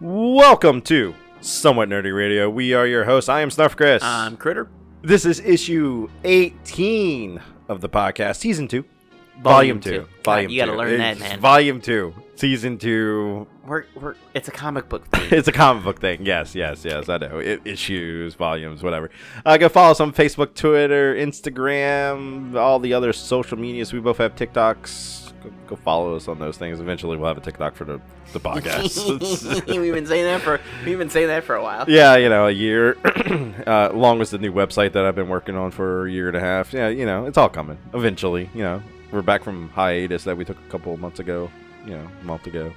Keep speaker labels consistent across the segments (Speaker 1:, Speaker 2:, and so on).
Speaker 1: Welcome to Somewhat Nerdy Radio. We are your hosts. I am Snuff Chris.
Speaker 2: I'm Um, Critter.
Speaker 1: this is issue 18 of the podcast, season 2, volume,
Speaker 2: Volume
Speaker 1: 2.
Speaker 2: two. God,
Speaker 1: Volume
Speaker 2: you gotta
Speaker 1: 2.
Speaker 2: learn that,
Speaker 1: It's
Speaker 2: man.
Speaker 1: Volume 2, season 2.
Speaker 2: We're, we're it's a comic book thing.
Speaker 1: It's a comic book thing. Yes, yes, yes. I know. I issues, volumes, whatever. Uh, go follow us on Facebook, Twitter, Instagram, all the other social medias. We both have TikToks. Go, go follow us on those things. Eventually, we'll have a TikTok for the, the podcast.
Speaker 2: we've been saying that for we've been saying that for a while.
Speaker 1: yeah, you know, a year, uh, along with the new website that I've been working on for a year and a half. Yeah, you know, it's all coming eventually. You know, we're back from hiatus that we took a couple of months ago. You know, a month ago,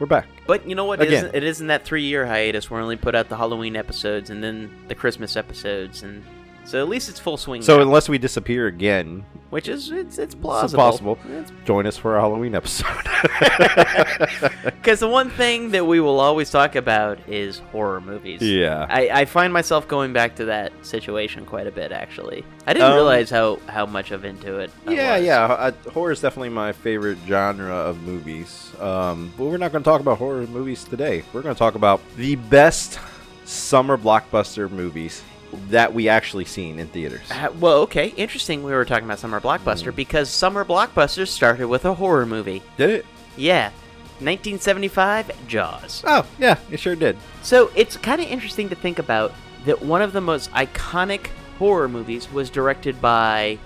Speaker 1: we're back.
Speaker 2: But you know what?
Speaker 1: Again.
Speaker 2: It, isn't, it isn't that three year hiatus. We only put out the Halloween episodes and then the Christmas episodes, and so at least it's full swing.
Speaker 1: So
Speaker 2: now,
Speaker 1: unless we disappear again,
Speaker 2: which is it's it's
Speaker 1: it's
Speaker 2: plausible.
Speaker 1: possible. Join us for our Halloween episode.
Speaker 2: Because the one thing that we will always talk about is horror movies.
Speaker 1: yeah.
Speaker 2: I, I find myself going back to that situation quite a bit, actually. I didn't
Speaker 1: Um,
Speaker 2: realize how, how much of into it. I
Speaker 1: Yeah,
Speaker 2: was.
Speaker 1: yeah. Uh, horror is definitely my favorite genre of movies. Um, but we're not going to talk about horror movies today. We're going to talk about the best summer blockbuster movies that we actually seen in theaters.
Speaker 2: Uh, well, okay, interesting. We were talking about summer blockbuster because summer blockbusters started with a horror movie.
Speaker 1: Did it?
Speaker 2: Yeah, 1975 Jaws.
Speaker 1: Oh, yeah, it sure did.
Speaker 2: So it's kind of interesting to think about that one of the most iconic horror movies was directed by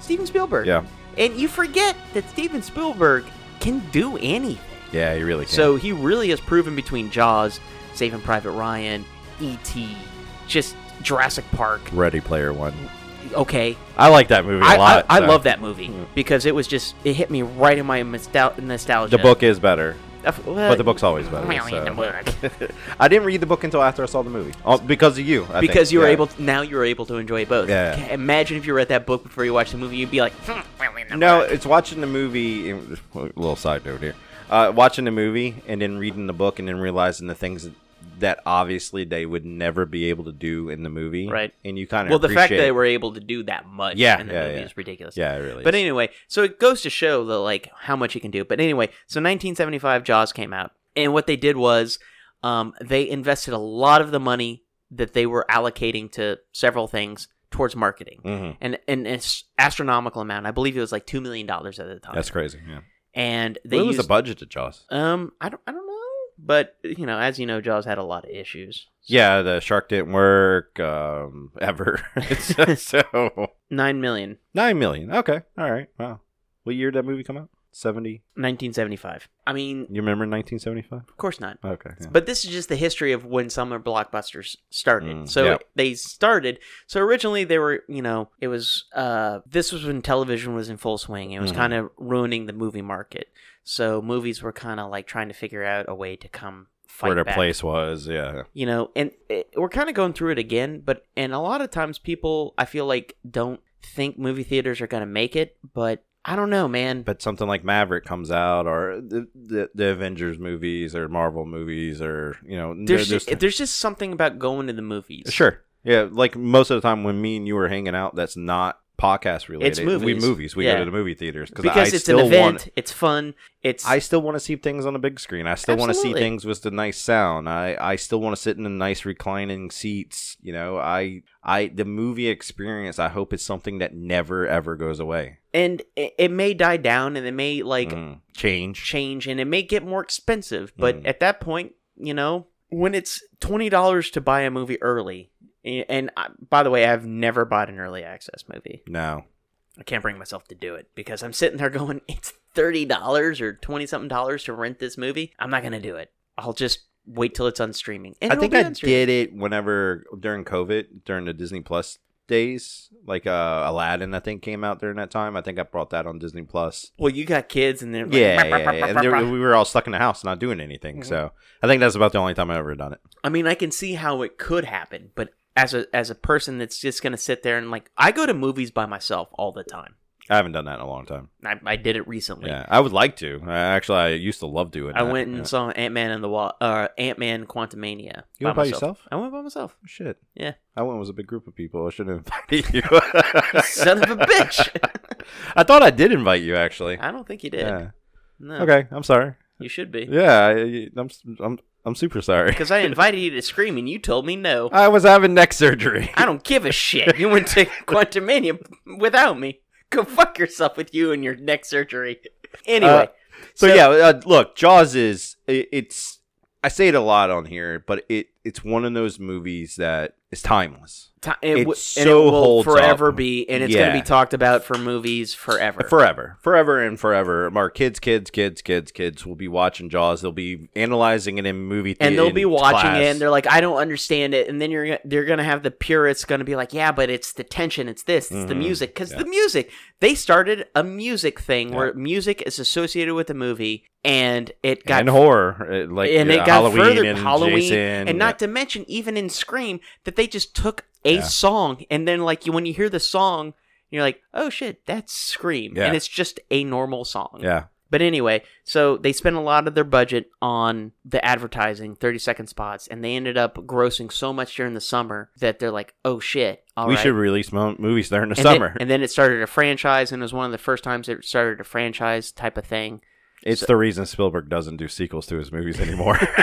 Speaker 2: Steven Spielberg.
Speaker 1: Yeah.
Speaker 2: and you forget that Steven Spielberg can do anything.
Speaker 1: Yeah, you really can.
Speaker 2: So he really has proven between Jaws, Saving Private Ryan, E.T., just Jurassic Park.
Speaker 1: Ready Player One.
Speaker 2: Okay,
Speaker 1: I like that movie a
Speaker 2: I,
Speaker 1: lot.
Speaker 2: I, I
Speaker 1: so-
Speaker 2: love that movie
Speaker 1: Mm.
Speaker 2: because it was just it hit me right in my nostal- nostalgia.
Speaker 1: The book is better,
Speaker 2: Uh, f- well,
Speaker 1: but the book's always better.
Speaker 2: well, in the
Speaker 1: so.
Speaker 2: book.
Speaker 1: I didn't read the book until after I saw the movie. Oh, because of you. I think.
Speaker 2: because you were
Speaker 1: Yeah.
Speaker 2: able to, now you were able to enjoy both.
Speaker 1: Yeah.
Speaker 2: Ca- Imagine if you read that book before you watched the movie, you'd be like, hmm, well, in the
Speaker 1: No,
Speaker 2: book.
Speaker 1: it's watching the movie. A little side note here: uh, watching the movie and then reading the book and then realizing the things that obviously they would never be able to do in the movie.
Speaker 2: Right.
Speaker 1: And you kind of
Speaker 2: Well, the fact
Speaker 1: appreciate-
Speaker 2: they were able to do that much
Speaker 1: Yeah,
Speaker 2: in the
Speaker 1: yeah,
Speaker 2: movie
Speaker 1: yeah.
Speaker 2: is ridiculous.
Speaker 1: yeah, it really.
Speaker 2: But
Speaker 1: is.
Speaker 2: anyway, so it goes to show the like how much you can do. But anyway, so 1975 Jaws came out, and what they did was um, they invested a lot of the money that they were allocating to several things towards marketing,
Speaker 1: Mhm.
Speaker 2: and an as- astronomical amount. I believe it was like two million dollars at the time.
Speaker 1: that's crazy. Yeah.
Speaker 2: And they
Speaker 1: What was
Speaker 2: used
Speaker 1: the budget to Jaws?
Speaker 2: um I don't I don't know, but you know as you know Jaws had a lot of issues.
Speaker 1: Yeah, the shark didn't work um, ever. so
Speaker 2: Nine million.
Speaker 1: nine million. Okay, all right. Wow. What year did that movie come out? Seventy.
Speaker 2: 1975. I mean,
Speaker 1: You remember nineteen seventy-five?
Speaker 2: of course not.
Speaker 1: Okay. yeah.
Speaker 2: But this is just the history of when summer blockbusters started.
Speaker 1: Mm,
Speaker 2: so
Speaker 1: yeah.
Speaker 2: they started. So originally they were, you know, it was uh this was when television was in full swing. It was
Speaker 1: Mhm.
Speaker 2: kind of ruining the movie market. So movies were kind of like trying to figure out a way to come fight
Speaker 1: Where their
Speaker 2: back.
Speaker 1: place was. Yeah.
Speaker 2: You know, and it, we're kind of going through it again, but and a lot of times people I feel like don't think movie theaters are going to make it, but I don't know, man.
Speaker 1: but something like Maverick comes out, or the, the, the Avengers movies, or Marvel movies, or you know,
Speaker 2: there's
Speaker 1: they're
Speaker 2: just, there's just something about going to the movies.
Speaker 1: sure, yeah. Like most of the time when me and you were hanging out, that's not podcast related. We
Speaker 2: movies.
Speaker 1: movies. We go
Speaker 2: Yeah.
Speaker 1: to the movie theaters
Speaker 2: because
Speaker 1: I
Speaker 2: it's an
Speaker 1: still
Speaker 2: event,
Speaker 1: Want,
Speaker 2: it's fun, it's
Speaker 1: I still want to see things on the big screen. I still want to see
Speaker 2: Absolutely.
Speaker 1: things with the nice sound. I, I still want to sit in the nice reclining seats. You know, I I the movie experience. I hope is something that never ever goes away.
Speaker 2: and it, it may die down and it may like
Speaker 1: Mm. change.
Speaker 2: change and it may get more expensive, but
Speaker 1: Mm.
Speaker 2: at that point, you know, when it's twenty dollars to buy a movie early, and, and I, by the way, I've never bought an early access movie.
Speaker 1: No.
Speaker 2: I can't bring myself to do it because I'm sitting there going, it's thirty dollars or twenty something dollars to rent this movie. I'm not gonna do it. I'll just wait till it's on streaming. And
Speaker 1: I
Speaker 2: it'll
Speaker 1: think
Speaker 2: be
Speaker 1: I
Speaker 2: on streaming.
Speaker 1: did it whenever during COVID, during the Disney Plus days, like uh, Aladdin, I think came out during that time. I think I brought that on Disney Plus.
Speaker 2: Well, you got kids, and they're like,
Speaker 1: Yeah,
Speaker 2: "Bah, bah,
Speaker 1: yeah,
Speaker 2: bah,
Speaker 1: yeah.
Speaker 2: bah,
Speaker 1: And there-
Speaker 2: bah."
Speaker 1: we were all stuck in the house, not doing anything.
Speaker 2: Mm-hmm.
Speaker 1: So I think that's about the only time I ever done it.
Speaker 2: I mean, I can see how it could happen, but as a as a person that's just gonna sit there and like, I go to movies by myself all the time.
Speaker 1: I haven't done that in a long time.
Speaker 2: I, I did it recently.
Speaker 1: Yeah, I would like to. I, actually, I used to love doing.
Speaker 2: I
Speaker 1: that.
Speaker 2: went and
Speaker 1: Yeah.
Speaker 2: saw Ant Man and the Wa- uh, Ant Man Quantumania.
Speaker 1: You went by yourself?
Speaker 2: I went by myself.
Speaker 1: Oh, Shit.
Speaker 2: Yeah.
Speaker 1: I went with a big group of people. I should have invited you.
Speaker 2: Son of a bitch!
Speaker 1: I thought I did invite you actually.
Speaker 2: I don't think you did. Oh.
Speaker 1: Yeah.
Speaker 2: No.
Speaker 1: Okay, I'm sorry.
Speaker 2: You should be.
Speaker 1: Yeah, I, I'm, I'm I'm super sorry.
Speaker 2: Because I invited you to Scream and you told me no.
Speaker 1: I was having neck surgery.
Speaker 2: I don't give a shit. You went to Quantumania without me. Go fuck yourself with you and your neck surgery. Anyway,
Speaker 1: Uh, so,
Speaker 2: So-
Speaker 1: yeah, uh, look, Jaws is i it's. I say it a lot on here, but it it's one of those movies that is timeless
Speaker 2: ti- it, w-
Speaker 1: it's
Speaker 2: and it
Speaker 1: so
Speaker 2: will
Speaker 1: holds
Speaker 2: forever
Speaker 1: up.
Speaker 2: be, and it's
Speaker 1: Yeah.
Speaker 2: going to be talked about for movies forever.
Speaker 1: forever, forever and forever. Our kids, kids, kids, kids, kids will be watching Jaws. They'll be analyzing it in movie
Speaker 2: and they'll
Speaker 1: in
Speaker 2: be watching
Speaker 1: class.
Speaker 2: it and they're like i don't understand it and then you're gonna- they're gonna have the purists gonna be like yeah but it's the tension it's this it's the
Speaker 1: Mhm.
Speaker 2: music because
Speaker 1: Yeah.
Speaker 2: the music they started a music thing
Speaker 1: Yeah.
Speaker 2: where music is associated with a movie and it got
Speaker 1: and horror, uh, like
Speaker 2: and
Speaker 1: uh,
Speaker 2: it got
Speaker 1: Halloween
Speaker 2: further
Speaker 1: and
Speaker 2: Halloween
Speaker 1: Jason,
Speaker 2: and not to mention even in scream that they just took a
Speaker 1: Yeah.
Speaker 2: song and then like you when you hear the song you're like oh shit that's scream
Speaker 1: Yeah.
Speaker 2: and it's just a normal song
Speaker 1: yeah,
Speaker 2: but anyway, so they spent a lot of their budget on the advertising, 30 second spots, and they ended up grossing so much during the summer that they're like, oh shit. all right."
Speaker 1: we should release mo- movies during the
Speaker 2: and
Speaker 1: summer.
Speaker 2: Then, and then it started a franchise, and it was one of the first times it started a franchise type of thing.
Speaker 1: it's the reason Spielberg doesn't do sequels to his movies anymore.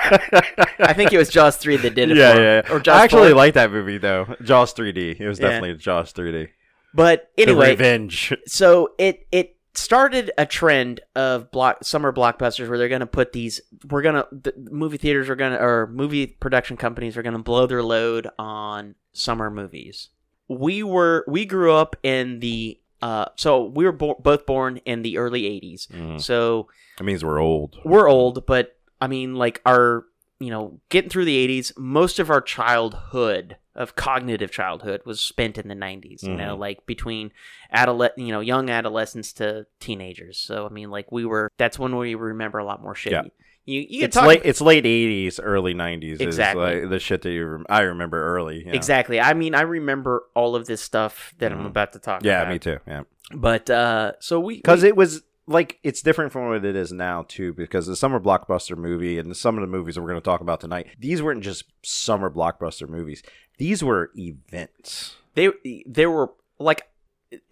Speaker 2: I think it was Jaws 3 that did it.
Speaker 1: yeah,
Speaker 2: for 'em,
Speaker 1: yeah, yeah.
Speaker 2: Or Jaws
Speaker 1: I actually
Speaker 2: 4.
Speaker 1: like that movie though. Jaws 3D. It was
Speaker 2: Yeah.
Speaker 1: definitely Jaws 3D.
Speaker 2: But
Speaker 1: The
Speaker 2: anyway,
Speaker 1: revenge.
Speaker 2: so it it started a trend of block summer blockbusters where they're going to put these we're going to the movie theaters are going to or movie production companies are going to blow their load on summer movies. We were we grew up in the uh so we were bo- both born in the early 80s.
Speaker 1: Mm.
Speaker 2: So
Speaker 1: It means we're old.
Speaker 2: we're old, but I mean like our you know, getting through the 80s, most of our childhood of cognitive childhood was spent in the 90s, you
Speaker 1: Mm-hmm.
Speaker 2: know, like between adoles- you know, young adolescents to teenagers. So I mean, like we were that's when we remember a lot more shit.
Speaker 1: Yeah.
Speaker 2: You you can
Speaker 1: It's
Speaker 2: talk
Speaker 1: late. It's late '80s, early '90s. Is
Speaker 2: Exactly.
Speaker 1: like the shit that you rem- I remember early. Yeah.
Speaker 2: Exactly. I mean, I remember all of this stuff that I'm
Speaker 1: Mhm.
Speaker 2: about to talk
Speaker 1: Yeah,
Speaker 2: about.
Speaker 1: me too. Yeah.
Speaker 2: But uh so we
Speaker 1: because it was like it's different from what it is now too because the summer blockbuster movie and some of the movies that we're going to talk about tonight these weren't just summer blockbuster movies these were events
Speaker 2: they there were like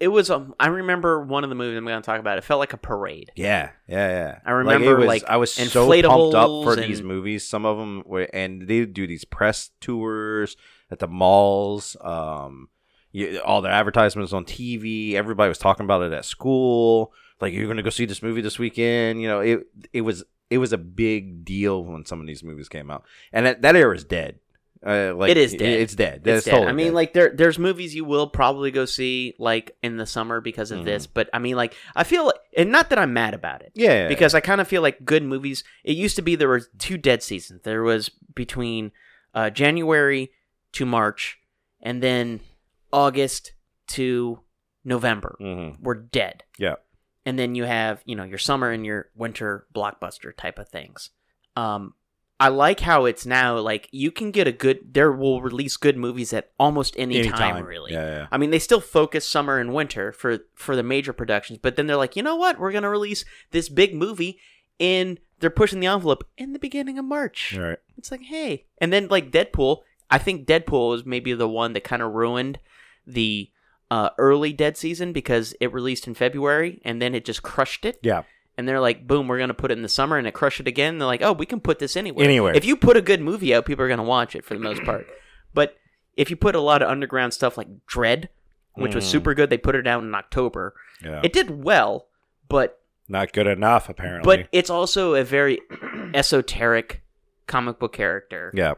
Speaker 2: it was um I remember one of the movies I'm going to talk about. It felt like a parade.
Speaker 1: yeah yeah yeah
Speaker 2: I remember, like,
Speaker 1: i was so pumped up for
Speaker 2: inflatables
Speaker 1: these
Speaker 2: and-
Speaker 1: movies some of them were and they do these press tours at the malls um you, all the advertisements on tv everybody was talking about it at school like you're gonna go see this movie this weekend you know it it was it was a big deal when some of these movies came out and that, that era is dead uh, like
Speaker 2: It is dead.
Speaker 1: it's dead
Speaker 2: It's
Speaker 1: That's
Speaker 2: dead.
Speaker 1: totally
Speaker 2: I mean,
Speaker 1: dead.
Speaker 2: like there there's movies you will probably go see like in the summer because
Speaker 1: Mm-hmm.
Speaker 2: of this, but I mean, like I feel and not that I'm mad about it
Speaker 1: yeah yeah,
Speaker 2: because I kind of feel like good movies. It used to be there were two dead seasons. There was between uh, January to March, and then August to November
Speaker 1: yeah. Mhm.
Speaker 2: were dead.
Speaker 1: Yeah.
Speaker 2: And then you have, you know, your summer and your winter blockbuster type of things. Um I like how it's now like you can get a good there will release good movies at almost any, time,
Speaker 1: Anytime.
Speaker 2: really.
Speaker 1: yeah, yeah.
Speaker 2: I mean, they still focus summer and winter for for the major productions, but then they're like, "You know what? We're going to release this big movie in they're pushing the envelope in the beginning of March."
Speaker 1: all right
Speaker 2: It's like, hey. And then like Deadpool, I think Deadpool is maybe the one that kind of ruined the uh, early Dead season because it released in February and then it just crushed it.
Speaker 1: Yeah.
Speaker 2: And they're like, boom, we're gonna put it in the summer and it crushed it again. They're like, oh, we can put this anywhere.
Speaker 1: Anywhere.
Speaker 2: If you put a good movie out, people are gonna watch it for the most part. But if you put a lot of underground stuff like Dread, which was
Speaker 1: Mm. Oh.
Speaker 2: super good, they put it out in October.
Speaker 1: yeah
Speaker 2: It did well, but
Speaker 1: not good enough apparently
Speaker 2: but it's also a very esoteric comic book character.
Speaker 1: yeah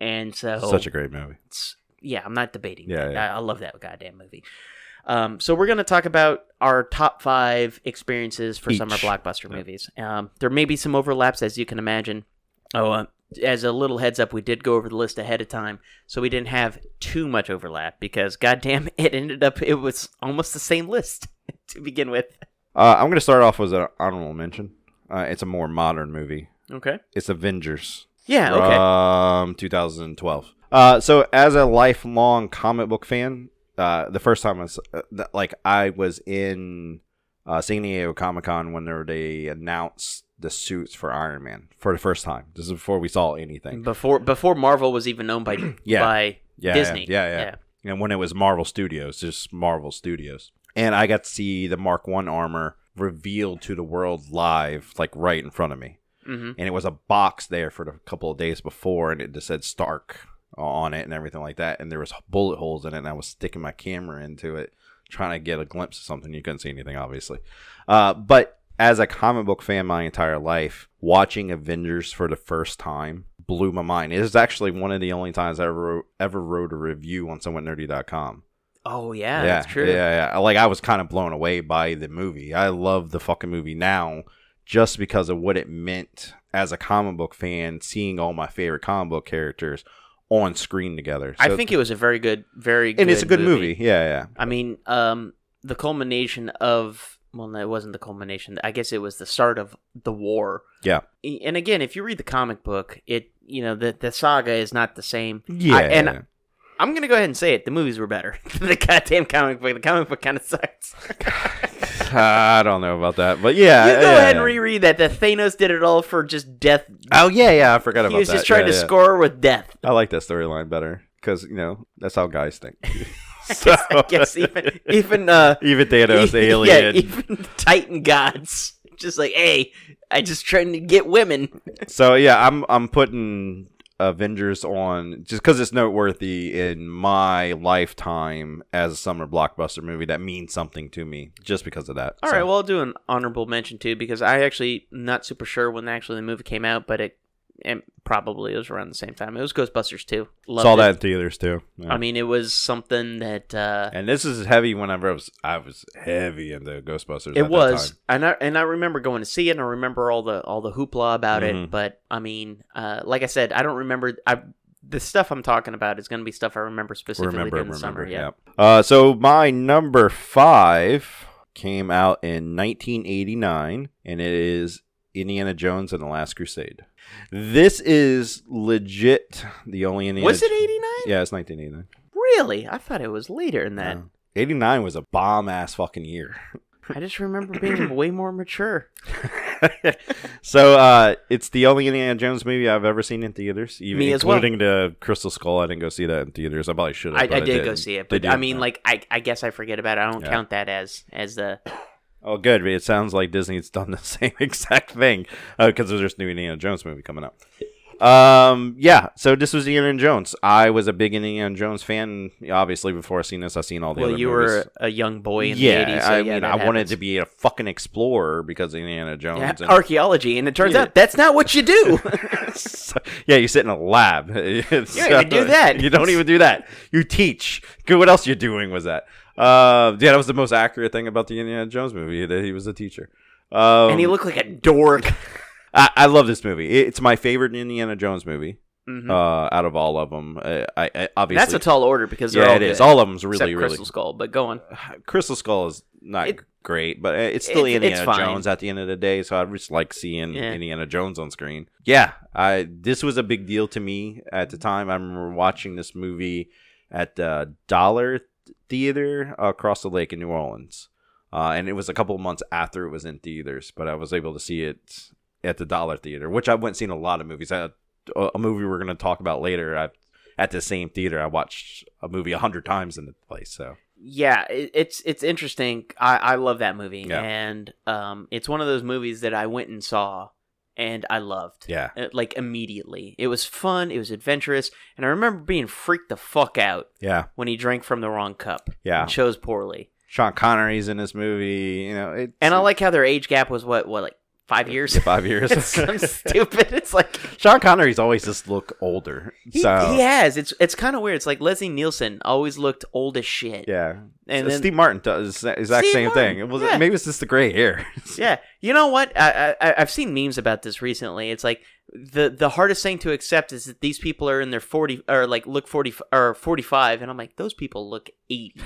Speaker 2: And so
Speaker 1: such a great movie
Speaker 2: it's- yeah, I'm not debating.
Speaker 1: Yeah,
Speaker 2: that.
Speaker 1: yeah.
Speaker 2: I, I love that goddamn movie. Um, so we're gonna talk about our top five experiences for
Speaker 1: Each.
Speaker 2: summer blockbuster
Speaker 1: Yeah.
Speaker 2: movies. Um, there may be some overlaps, as you can imagine. Oh, uh, as a little heads up, we did go over the list ahead of time, so we didn't have too much overlap because, goddamn, it ended up it was almost the same list to begin with.
Speaker 1: Uh, I'm going to start off with an honorable mention. Uh, it's a more modern movie.
Speaker 2: Okay.
Speaker 1: It's Avengers Um,
Speaker 2: Yeah. Okay.
Speaker 1: from 2012. Uh, so, as a lifelong comic book fan, uh, the first time I was uh, th- like I was in uh, San Diego Comic Con when there- they announced the suits for Iron Man for the first time. This is before we saw anything.
Speaker 2: before before Marvel was even owned by
Speaker 1: Yeah.
Speaker 2: by
Speaker 1: Yeah,
Speaker 2: Disney.
Speaker 1: Yeah, yeah, yeah. and when it was Marvel Studios, just Marvel Studios. And I got to see the Mark One armor revealed to the world live, like right in front of me.
Speaker 2: hmm
Speaker 1: and it was a box there for the couple of days before and it just said stark on it and everything like that and there was bullet holes in it and i was sticking my camera into it trying to get a glimpse of something you couldn't see anything obviously uh, but as a comic book fan my entire life watching avengers for the first time blew my mind it is actually one of the only times i ever ever wrote a review on somewhatnerdy.com
Speaker 2: Oh yeah, that's true.
Speaker 1: yeah, yeah. Like I was kind of blown away by the movie. I love the fucking movie now just because of what it meant as a comic book fan, seeing all my favorite comic book characters on screen together.
Speaker 2: I
Speaker 1: So-
Speaker 2: think it was a very good, very good
Speaker 1: and it's a good movie. Yeah, yeah.
Speaker 2: I mean, um, the culmination of well, no, it wasn't the culmination. I guess it was the start of the war.
Speaker 1: Yeah.
Speaker 2: A- And again, if you read the comic book, it you know the the saga is not the same.
Speaker 1: Yeah.
Speaker 2: I- and- I'm gonna go ahead and say it. The movies were better. than the goddamn comic book. The comic book kind of sucks.
Speaker 1: I don't know about that. But yeah.
Speaker 2: you go
Speaker 1: yeah,
Speaker 2: ahead
Speaker 1: yeah.
Speaker 2: and reread that. That Thanos did it all for just death.
Speaker 1: Oh yeah, yeah, I forgot about
Speaker 2: He was
Speaker 1: that.
Speaker 2: just trying
Speaker 1: Yeah,
Speaker 2: to
Speaker 1: yeah.
Speaker 2: score with death.
Speaker 1: I like that storyline better because you know that's how guys think. so,
Speaker 2: Yes, I guess even even uh,
Speaker 1: even Thanos, the
Speaker 2: Yeah,
Speaker 1: alien,
Speaker 2: even the Titan gods. Just like, hey, I just trying to get women.
Speaker 1: So yeah, I'm I'm putting Avengers on just because it's noteworthy in my lifetime as a summer blockbuster movie that means something to me just because of that.
Speaker 2: All right, well, I'll do an honorable mention too because I actually not super sure when actually the movie came out, but it and probably it was around the same time. It was Ghostbusters too. Loved
Speaker 1: saw
Speaker 2: it.
Speaker 1: that in theaters too. Yeah.
Speaker 2: I mean, it was something that uh,
Speaker 1: and this is heavy. Whenever I was I was heavy into Ghostbusters. at
Speaker 2: it
Speaker 1: that
Speaker 2: was,
Speaker 1: time.
Speaker 2: and I and I remember going to see it. and I remember all the all the hoopla about
Speaker 1: Mhm.
Speaker 2: it. But I mean, uh, like I said, I don't remember. I the stuff I'm talking about is going to be stuff I remember specifically
Speaker 1: Remember,
Speaker 2: during the
Speaker 1: remember,
Speaker 2: summer. Yeah.
Speaker 1: yeah. Uh, so my number five came out in 1989, and it is Indiana Jones and the Last Crusade. This is legit the only Indiana.
Speaker 2: Was it '89?
Speaker 1: Yeah, it's 1989.
Speaker 2: Really? I thought it was later than that.
Speaker 1: Yeah. 89 was a bomb ass fucking year.
Speaker 2: I just remember being way more mature.
Speaker 1: so uh, it's the only Indiana Jones movie I've ever seen in theaters, even
Speaker 2: Me as well.
Speaker 1: including the Crystal Skull. I didn't go see that in theaters. I probably should have.
Speaker 2: I,
Speaker 1: but
Speaker 2: I did go
Speaker 1: didn't.
Speaker 2: see it,
Speaker 1: They
Speaker 2: but
Speaker 1: did,
Speaker 2: I mean,
Speaker 1: yeah.
Speaker 2: like, I, I guess I forget about it. I don't
Speaker 1: Yeah.
Speaker 2: count that as as the.
Speaker 1: Oh, good. It sounds like Disney's done the same exact thing because there's this new Indiana Jones movie coming out. Um, yeah. So this was Indiana Jones. I was a big Indiana Jones fan. Obviously, before I seen this, I seen all the.
Speaker 2: Well,
Speaker 1: other
Speaker 2: you
Speaker 1: movies.
Speaker 2: were a young boy in
Speaker 1: yeah,
Speaker 2: the 80s. So
Speaker 1: I
Speaker 2: yeah,
Speaker 1: mean, I
Speaker 2: that
Speaker 1: wanted
Speaker 2: happens.
Speaker 1: to be a fucking explorer because of Indiana Jones.
Speaker 2: Yeah,
Speaker 1: and-
Speaker 2: archaeology, and it turns
Speaker 1: Yeah.
Speaker 2: out that's not what you do.
Speaker 1: So- yeah, you sit in a lab. you don't
Speaker 2: even do that.
Speaker 1: You don't even do that. You teach. Good. What else you're doing was that? Uh, yeah, that was the most accurate thing about the Indiana Jones movie that he was a teacher. Um,
Speaker 2: and he looked like a dork.
Speaker 1: I, I love this movie. It- it's my favorite Indiana Jones movie.
Speaker 2: Mhm.
Speaker 1: Uh, out of all of them, I, I, I obviously
Speaker 2: that's a tall order because they're
Speaker 1: yeah,
Speaker 2: all
Speaker 1: it is.
Speaker 2: good,
Speaker 1: All of them's
Speaker 2: except
Speaker 1: really, really
Speaker 2: Crystal Skull. But go on.
Speaker 1: Crystal Skull is not
Speaker 2: It-
Speaker 1: great, but uh, it's still
Speaker 2: it's- it's
Speaker 1: Indiana
Speaker 2: fine.
Speaker 1: Jones at the end of the day. So I just like seeing
Speaker 2: Yeah.
Speaker 1: Indiana Jones on screen. Yeah, I this was a big deal to me at the time. I remember watching this movie at the Dollar Theater across the lake in New Orleans, uh, and it was a couple of months after it was in theaters, but I was able to see it at the Dollar Theater, which I went and seen a lot of movies. I, a movie we're going to talk about later. I at the same theater, I watched a movie a hundred times in the place. So
Speaker 2: yeah it, it's it's interesting i i love that movie
Speaker 1: Yeah.
Speaker 2: and um it's one of those movies that i went and saw and i loved
Speaker 1: yeah.
Speaker 2: Uh, like immediately it was fun it was adventurous and i remember being freaked the fuck out
Speaker 1: Yeah,
Speaker 2: when he drank from the wrong cup
Speaker 1: yeah.
Speaker 2: and chose poorly
Speaker 1: Sean Connery's in this movie. You know, it's,
Speaker 2: and i like how their age gap was what what like five years
Speaker 1: Yeah, five years.
Speaker 2: it's so stupid it's like
Speaker 1: Sean Connery's always just look older.
Speaker 2: he,
Speaker 1: so
Speaker 2: he has it's it's kind of weird it's like leslie nielsen always looked old as shit
Speaker 1: yeah,
Speaker 2: and then
Speaker 1: Steve Martin does the exact
Speaker 2: Steve
Speaker 1: same
Speaker 2: Martin,
Speaker 1: thing. It was
Speaker 2: yeah.
Speaker 1: maybe it's just the gray hair.
Speaker 2: Yeah, you know what? I, I I've seen memes about this recently. It's like the the hardest thing to accept is that these people are in their forty or like look forty or forty five, and I'm like, those people look eighty.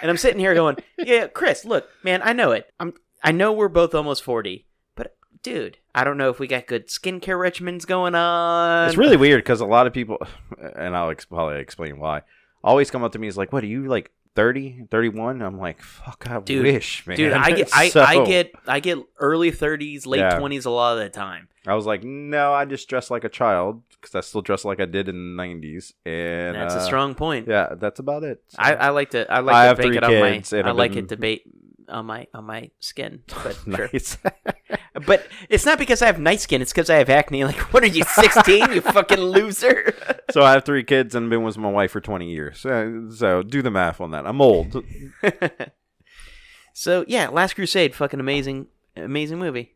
Speaker 2: and I'm sitting here going, Yeah, Chris, look, man, I know it. I'm I know we're both almost forty, but dude, I don't know if we got good skincare regimens going on.
Speaker 1: it's really weird because a lot of people, and I'll ex- probably explain why, always come up to me is like, "What are you like 30, 31? I'm like, "Fuck, I
Speaker 2: Dude,
Speaker 1: wish, man."
Speaker 2: Dude, I get I,
Speaker 1: So,
Speaker 2: I get I get early thirties, late
Speaker 1: Yeah.
Speaker 2: twenties a lot of the time.
Speaker 1: I was like, "No, I just dress like a child because I still dress like I did in the '90s." And
Speaker 2: That's a
Speaker 1: uh,
Speaker 2: strong point.
Speaker 1: Yeah, that's about it. So-
Speaker 2: I, I like to I like
Speaker 1: I
Speaker 2: to
Speaker 1: have
Speaker 2: bake
Speaker 1: three
Speaker 2: it on
Speaker 1: kids,
Speaker 2: my
Speaker 1: and
Speaker 2: I
Speaker 1: I've
Speaker 2: like
Speaker 1: been-
Speaker 2: it to bake on my on my skin. But sure.
Speaker 1: nice.
Speaker 2: But it's not because I have night skin. It's because I have acne. Like, what are you, 16? you fucking loser.
Speaker 1: So I have three kids and been with my wife for 20 years. So, so do the math on that. I'm old.
Speaker 2: so, yeah, Last Crusade, fucking amazing, amazing movie.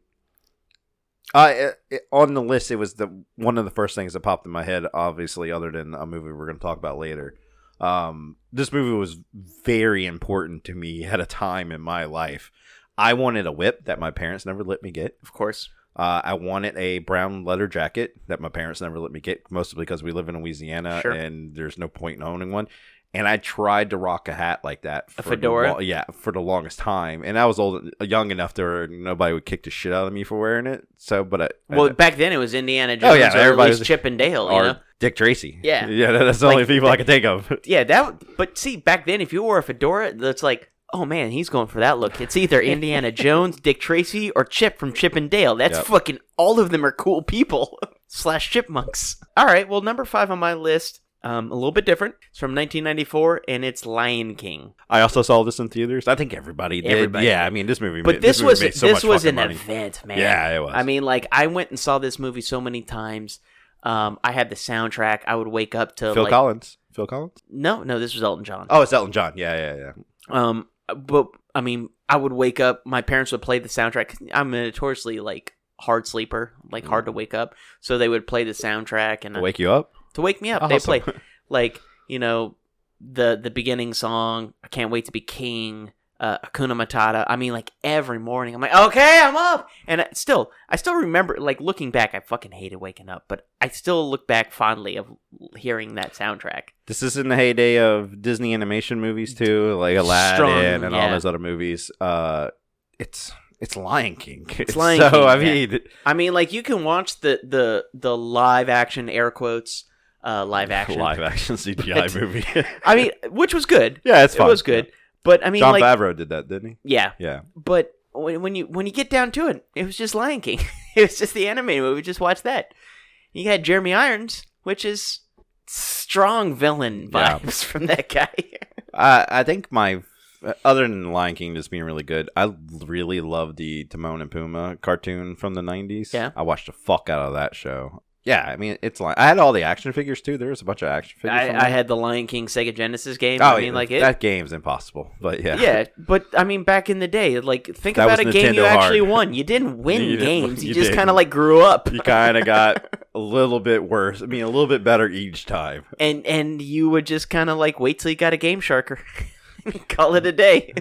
Speaker 1: Uh, it, it- on the list, it was the one of the first things that popped in my head. Obviously, other than a movie we're going to talk about later, um, this movie was very important to me at a time in my life. I wanted a whip that my parents never let me get.
Speaker 2: Of course.
Speaker 1: Uh, I wanted a brown leather jacket that my parents never let me get, mostly because we live in Louisiana
Speaker 2: Sure.
Speaker 1: and there's no point in owning one. And I tried to rock a hat like that, for the
Speaker 2: fedora?
Speaker 1: lo- yeah, for the longest time. And I was old, young enough to where nobody would kick the shit out of me for wearing it. So, but I,
Speaker 2: Well, back then it was Indiana Jones
Speaker 1: Oh, yeah,
Speaker 2: or at
Speaker 1: everybody
Speaker 2: least
Speaker 1: was-
Speaker 2: Chip and Dale, you
Speaker 1: or
Speaker 2: know?
Speaker 1: Dick Tracy.
Speaker 2: Yeah.
Speaker 1: yeah, that- that's the only
Speaker 2: Like,
Speaker 1: people I could think of.
Speaker 2: Yeah, that. But see, back then, if you wore a fedora, that's like, oh man, he's going for that look. It's either Indiana Jones, Dick Tracy, or Chip from Chip and Dale. That's
Speaker 1: Yep.
Speaker 2: fucking all of them are cool people slash chipmunks. All right, well, number five on my list, um, a little bit different. It's from 1994, and it's Lion King.
Speaker 1: I also saw this in theaters. I think everybody did.
Speaker 2: Everybody
Speaker 1: yeah, I mean, this movie.
Speaker 2: But
Speaker 1: made-
Speaker 2: this,
Speaker 1: movie
Speaker 2: was
Speaker 1: made so
Speaker 2: this
Speaker 1: much
Speaker 2: was
Speaker 1: fucking
Speaker 2: an
Speaker 1: money.
Speaker 2: event, man.
Speaker 1: Yeah, it was.
Speaker 2: I mean, like I went and saw this movie so many times. Um, I had the soundtrack. I would wake up to
Speaker 1: Phil
Speaker 2: like
Speaker 1: Collins. Phil Collins.
Speaker 2: no, no, this was Elton John.
Speaker 1: Oh, it's Elton John. Yeah, yeah, yeah.
Speaker 2: Um, but I mean, I would wake up. My parents would play the soundtrack. I'm a notoriously like hard sleeper, like hard to wake up. So they would play the soundtrack and uh,
Speaker 1: To Mm. wake you up.
Speaker 2: to wake me up. They
Speaker 1: Awesome.
Speaker 2: play like you know the the beginning song. I can't wait to be king. Uh, Akuna Matata. I mean, like every morning, I'm like, okay, I'm up. And I, still, I still remember, like looking back, I fucking hated waking up, but I still look back fondly of hearing that soundtrack.
Speaker 1: This is in the heyday of Disney animation movies too, like Aladdin
Speaker 2: Strong,
Speaker 1: and all
Speaker 2: yeah.
Speaker 1: those other movies. Uh, it's it's Lion King. It's
Speaker 2: Lion
Speaker 1: so,
Speaker 2: King,
Speaker 1: I
Speaker 2: yeah.
Speaker 1: mean,
Speaker 2: I mean, like you can watch the the the live action air quotes, uh, live action.
Speaker 1: live action CGI
Speaker 2: But-
Speaker 1: movie.
Speaker 2: I mean, which was good.
Speaker 1: yeah, it's
Speaker 2: it
Speaker 1: fun.
Speaker 2: was good, but I mean,
Speaker 1: John
Speaker 2: like,
Speaker 1: Favreau did that, didn't he?
Speaker 2: yeah,
Speaker 1: Yeah.
Speaker 2: but when, when you when you get down to it, it was just Lion King. it was just the animated movie. Just watch that. You had Jeremy Irons, which is strong villain
Speaker 1: Yeah.
Speaker 2: vibes from that guy.
Speaker 1: I
Speaker 2: Uh,
Speaker 1: I think my other than Lion King just being really good, I really love the Timon and Puma cartoon from the '90s.
Speaker 2: Yeah.
Speaker 1: I watched the fuck out of that show. Yeah, I mean, it's like I had all the action figures too. There was a bunch of action figures.
Speaker 2: I,
Speaker 1: from
Speaker 2: I
Speaker 1: that.
Speaker 2: had the Lion King Sega Genesis game.
Speaker 1: Oh,
Speaker 2: I mean, like it.
Speaker 1: that game's impossible. But yeah,
Speaker 2: yeah. but I mean, back in the day, like think
Speaker 1: That
Speaker 2: about a
Speaker 1: was
Speaker 2: game you
Speaker 1: Nintendo
Speaker 2: actually
Speaker 1: hard.
Speaker 2: won. You didn't win
Speaker 1: You didn't-
Speaker 2: games.
Speaker 1: you
Speaker 2: You, just
Speaker 1: didn't.
Speaker 2: kind of like grew up.
Speaker 1: you kind of got a little bit worse. I mean, a little bit better each time.
Speaker 2: and and you would just kind of like wait till you got a game sharker call it a day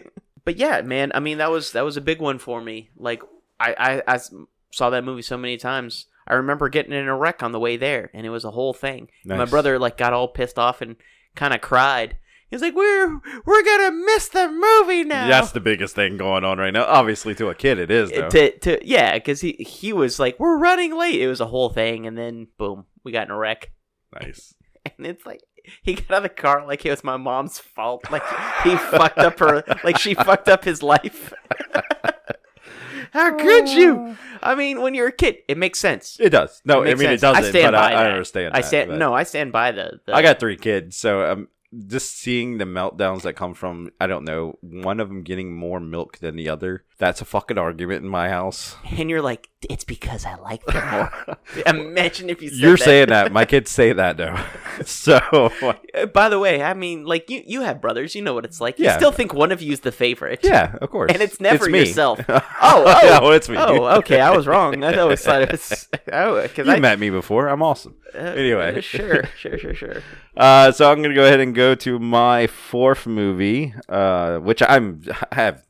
Speaker 2: but yeah man i mean that was that was a big one for me like I, I I s- saw that movie so many times i remember getting in a wreck on the way there and it was a whole thing And my
Speaker 1: Nice.
Speaker 2: brother like got all pissed off and kind of cried he's like we're we're gonna miss the movie now
Speaker 1: That's the biggest thing going on right now. Obviously, to a kid, it is though.
Speaker 2: to, to yeah because he he was like we're running late it was a whole thing and then boom we got in a wreck
Speaker 1: nice.
Speaker 2: and it's like he got out of the car like it was my mom's fault. Like he fucked up her, like she fucked up his life. How could you? I mean, when you're a kid, it makes sense.
Speaker 1: It does. Oh. No,
Speaker 2: It
Speaker 1: I
Speaker 2: makes
Speaker 1: mean
Speaker 2: sense.
Speaker 1: it
Speaker 2: I
Speaker 1: doesn't. but
Speaker 2: stand by
Speaker 1: I, I
Speaker 2: that.
Speaker 1: understand.
Speaker 2: I
Speaker 1: that,
Speaker 2: stand.
Speaker 1: but-
Speaker 2: No, I stand by the. the
Speaker 1: I got three kids, so um, just seeing the meltdowns that come from I don't know one of them getting more milk than the other. That's a fucking argument in my house.
Speaker 2: And you're like, it's because I like them more. Imagine if you. Said
Speaker 1: You're
Speaker 2: that.
Speaker 1: saying that my kids say that though, so
Speaker 2: Uh, By the way, I mean, like you, you have brothers. You know what it's like. You
Speaker 1: Yeah.
Speaker 2: still think one of you's the favorite.
Speaker 1: yeah, of course.
Speaker 2: And it's never
Speaker 1: me.
Speaker 2: yourself. Oh, oh,
Speaker 1: yeah, well, it's me.
Speaker 2: Oh, okay. I was wrong. I always thought it was. Oh, because
Speaker 1: You
Speaker 2: I
Speaker 1: met me before. I'm awesome.
Speaker 2: Uh,
Speaker 1: Anyway.
Speaker 2: sure, sure, sure, sure.
Speaker 1: Uh, so I'm gonna go ahead and go to my fourth movie, uh, which I'm I have.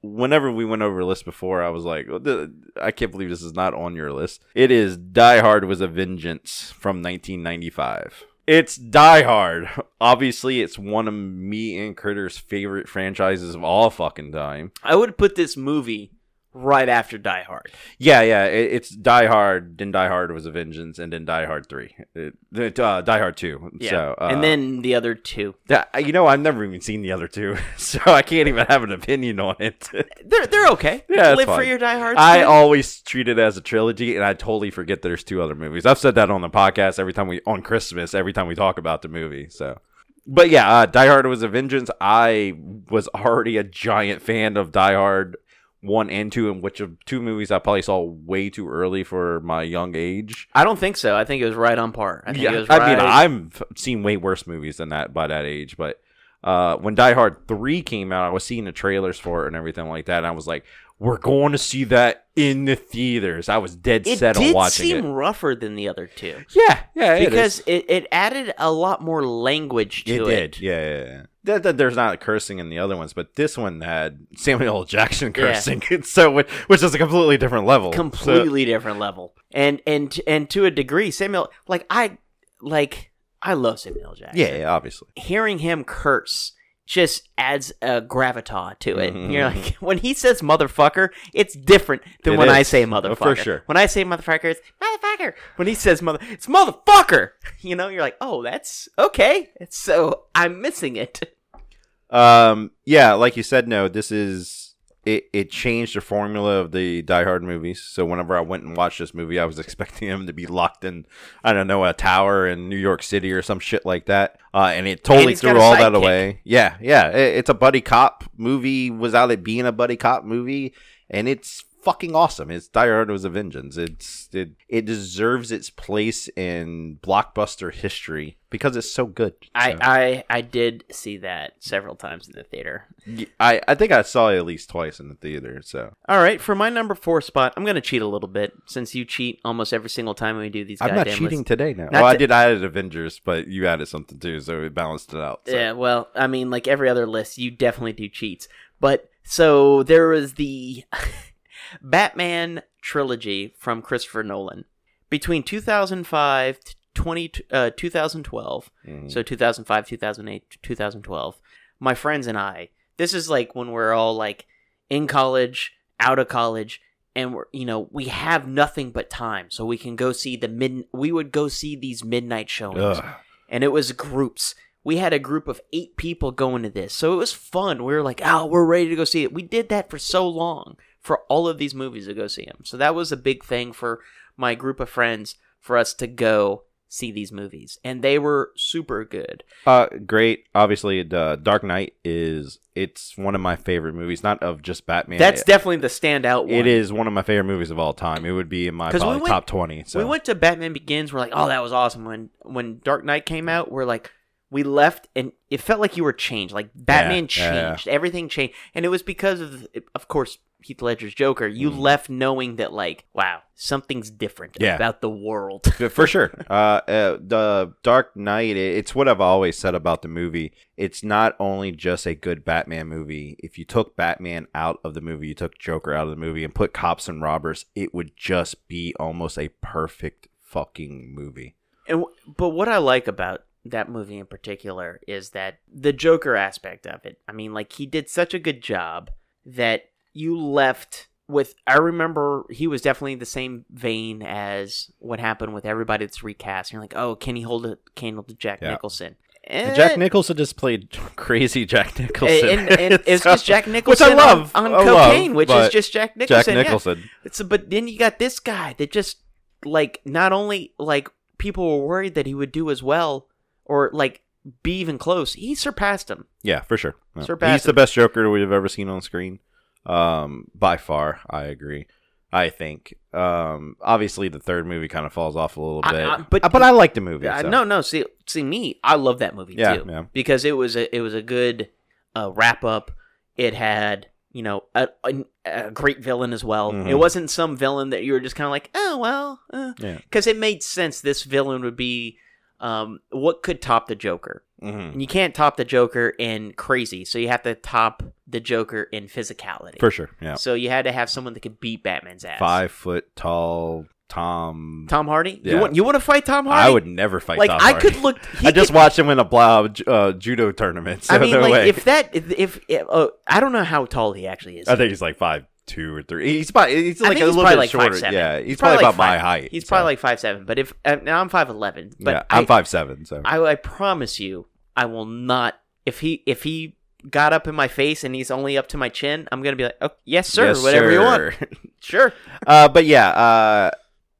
Speaker 1: Whenever we went over a list before, I was like, "Well, th- I can't believe this is not on your list. It is Die Hard was a Vengeance from 1995. It's Die Hard. Obviously, it's one of me and Critter's favorite franchises of all fucking time.
Speaker 2: I would put this movie right after Die Hard.
Speaker 1: Yeah, yeah. It, it's Die Hard, then Die Hard was a Vengeance, and then Die Hard 3. It- it, uh, Die Hard 2.
Speaker 2: Yeah,
Speaker 1: So, uh,
Speaker 2: and then the other two.
Speaker 1: Yeah, I- you know, I've never even seen the other two, so I can't even have an opinion on it.
Speaker 2: They're they're okay.
Speaker 1: Yeah, it's
Speaker 2: live for
Speaker 1: fine.
Speaker 2: your Die Hard.
Speaker 1: I always treat it as a trilogy, and I totally forget there's two other movies. I've said that on the podcast every time we on Christmas, every time we talk about the movie. So, but yeah, uh, Die Hard was a vengeance. I was already a giant fan of Die Hard one and two, and which of two movies I probably saw way too early for my young age.
Speaker 2: I don't think so. I think it was right on par. I think it
Speaker 1: Yeah,
Speaker 2: was right.
Speaker 1: I mean, I've seen way worse movies than that by that age. But uh, when Die Hard three came out, I was seeing the trailers for it and everything like that, and I was like, "We're going to see that in the theaters." I was dead
Speaker 2: it
Speaker 1: set on
Speaker 2: did
Speaker 1: watching
Speaker 2: seem
Speaker 1: it.
Speaker 2: rougher than the other two
Speaker 1: Yeah, yeah, it is.
Speaker 2: because it, it, added a lot more language
Speaker 1: It
Speaker 2: to
Speaker 1: did. Yeah, yeah, yeah. That, that there's not cursing in the other ones, but this one had Samuel L. Jackson
Speaker 2: Yeah.
Speaker 1: cursing, so which, which is a completely different level. So-
Speaker 2: completely different level. And and and to a degree, Samuel like I like I love Samuel L. Jackson.
Speaker 1: yeah, yeah, obviously.
Speaker 2: Hearing him curse just adds a gravitas to it.
Speaker 1: Mhm.
Speaker 2: You're like when he says motherfucker, it's different than
Speaker 1: It
Speaker 2: when I
Speaker 1: is. Oh,
Speaker 2: say
Speaker 1: for
Speaker 2: motherfucker.
Speaker 1: sure.
Speaker 2: When I say motherfucker, it's motherfucker. When he says mother, it's motherfucker. You know, you're like, "Oh, that's okay." So, I'm missing it.
Speaker 1: Um, yeah, like you said, no, this is it. It changed the formula of the Die Hard movies. So whenever I went and watched this movie, I was expecting him to be locked in, I don't know, a tower in New York City or some shit like that. Uh, and it
Speaker 2: And
Speaker 1: totally
Speaker 2: he's got
Speaker 1: threw
Speaker 2: a
Speaker 1: all that
Speaker 2: sidekick.
Speaker 1: away. Yeah, yeah, it, it's a buddy cop movie without it being a buddy cop movie, and it's fucking awesome. It's Die Hard was a vengeance. It's it it deserves its place in blockbuster history because it's so good. So-
Speaker 2: I, I I did see that several times in the theater.
Speaker 1: Y- I, I think I saw it at least twice in the theater. So
Speaker 2: All right, for my number four spot, I'm gonna cheat a little bit since you cheat almost every single time we do these.
Speaker 1: I'm not
Speaker 2: goddamn
Speaker 1: cheating
Speaker 2: lists.
Speaker 1: today. Now,
Speaker 2: Not
Speaker 1: well, I
Speaker 2: to-
Speaker 1: did. I added Avengers, but you added something too, so it balanced it out. So.
Speaker 2: Yeah, well, I mean, like every other list, you definitely do cheats. But so there was the Batman trilogy from Christopher Nolan between 2005 to 20 uh, 2012.
Speaker 1: Mhm.
Speaker 2: So 2005, 2008, 2012. My friends and I, this is like when we're all like in college, out of college, and we're, you know, we have nothing but time. So we can go see the mid, we would go see these midnight showings.
Speaker 1: Ugh.
Speaker 2: And it was groups. We had a group of eight people going to this. So it was fun. We were like, oh, we're ready to go see it. We did that for so long for all of these movies to go see them. So that was a big thing for my group of friends for us to go see these movies. And they were super good.
Speaker 1: Uh, great. Obviously, uh, Dark Knight is it's one of my favorite movies. Not of just Batman.
Speaker 2: That's
Speaker 1: It-
Speaker 2: definitely the standout one.
Speaker 1: it is one of my favorite movies of all time. It would be in my
Speaker 2: 'Cause we
Speaker 1: probably
Speaker 2: went-
Speaker 1: top twenty. So
Speaker 2: We went to Batman Begins. We're like, oh, that was awesome. When when Dark Knight came out, we're like, we left and it felt like you were changed. Like Batman
Speaker 1: yeah, yeah.
Speaker 2: changed, everything changed, and it was because of, of course, Heath Ledger's Joker. You
Speaker 1: Mhm.
Speaker 2: left knowing that, like, wow, something's different
Speaker 1: Yeah.
Speaker 2: about the world.
Speaker 1: Yeah, for sure. Uh, uh, the Dark Knight. it- It's what I've always said about the movie. It's not only just a good Batman movie. If you took Batman out of the movie, you took Joker out of the movie, and put cops and robbers, it would just be almost a perfect fucking movie.
Speaker 2: And w- but what I like about that movie in particular is that the Joker aspect of it. I mean, like he did such a good job that you left with. I remember he was definitely the same vein as what happened with everybody that's recast. You're like, oh, can he hold a candle to Jack
Speaker 1: Yeah.
Speaker 2: Nicholson?
Speaker 1: And
Speaker 2: Eh,
Speaker 1: Jack Nicholson just played crazy Jack Nicholson.
Speaker 2: And, and, and it's
Speaker 1: So-
Speaker 2: just Jack Nicholson
Speaker 1: love,
Speaker 2: on, on
Speaker 1: I love,
Speaker 2: cocaine, which is
Speaker 1: but
Speaker 2: just Jack Nicholson.
Speaker 1: Jack
Speaker 2: yeah.
Speaker 1: Nicholson.
Speaker 2: It's but then you got this guy that just like not only like people were worried that he would do as well or like be even close. He surpassed him.
Speaker 1: Yeah, for sure. Yeah.
Speaker 2: Surpassed
Speaker 1: He's the
Speaker 2: him.
Speaker 1: best Joker we've ever seen on screen. Um, by far, I agree. I think. Um, obviously the third movie kind of falls off a little
Speaker 2: I-
Speaker 1: bit,
Speaker 2: I- but-
Speaker 1: but, but I like the movie.
Speaker 2: Uh,
Speaker 1: so.
Speaker 2: No, no. See, see me. I love that movie
Speaker 1: Yeah,
Speaker 2: too
Speaker 1: yeah.
Speaker 2: because it was a it was a good uh, wrap up. It had you know a, a, a great villain as well.
Speaker 1: Mhm.
Speaker 2: It wasn't some villain that you were just kind of like, oh well,
Speaker 1: Yeah.
Speaker 2: because it made sense. This villain would be um, what could top the Joker.
Speaker 1: Mhm.
Speaker 2: And you can't top the Joker in crazy, so you have to top the Joker in physicality.
Speaker 1: for sure. Yeah,
Speaker 2: So you had to have someone that could beat Batman's ass.
Speaker 1: five foot tall Tom.
Speaker 2: Tom Hardy. You
Speaker 1: Yeah.
Speaker 2: want you want to fight Tom Hardy?
Speaker 1: I would never fight.
Speaker 2: Like
Speaker 1: Tom
Speaker 2: I
Speaker 1: Hardy.
Speaker 2: could look. he
Speaker 1: I just
Speaker 2: could-
Speaker 1: watched him in a blob uh, judo tournament. So
Speaker 2: I mean,
Speaker 1: no
Speaker 2: like
Speaker 1: way.
Speaker 2: if that if, if, if oh, I don't know how tall he actually is.
Speaker 1: I think he's like five two or three. He's probably he's
Speaker 2: I
Speaker 1: like
Speaker 2: think
Speaker 1: a
Speaker 2: he's
Speaker 1: little
Speaker 2: probably
Speaker 1: bit
Speaker 2: like
Speaker 1: shorter.
Speaker 2: 5'7".
Speaker 1: yeah, he's,
Speaker 2: He's
Speaker 1: probably,
Speaker 2: probably like
Speaker 1: about my
Speaker 2: five-
Speaker 1: height.
Speaker 2: He's
Speaker 1: so.
Speaker 2: probably like five seven, but if uh, now I'm five eleven, but
Speaker 1: yeah,
Speaker 2: I,
Speaker 1: I'm five seven. So
Speaker 2: I, I promise you, I will not. If he if he got up in my face and he's only up to my chin, I'm gonna be like, oh yes sir,
Speaker 1: Yes,
Speaker 2: whatever you want,
Speaker 1: sir.
Speaker 2: sure.
Speaker 1: uh, but yeah, uh,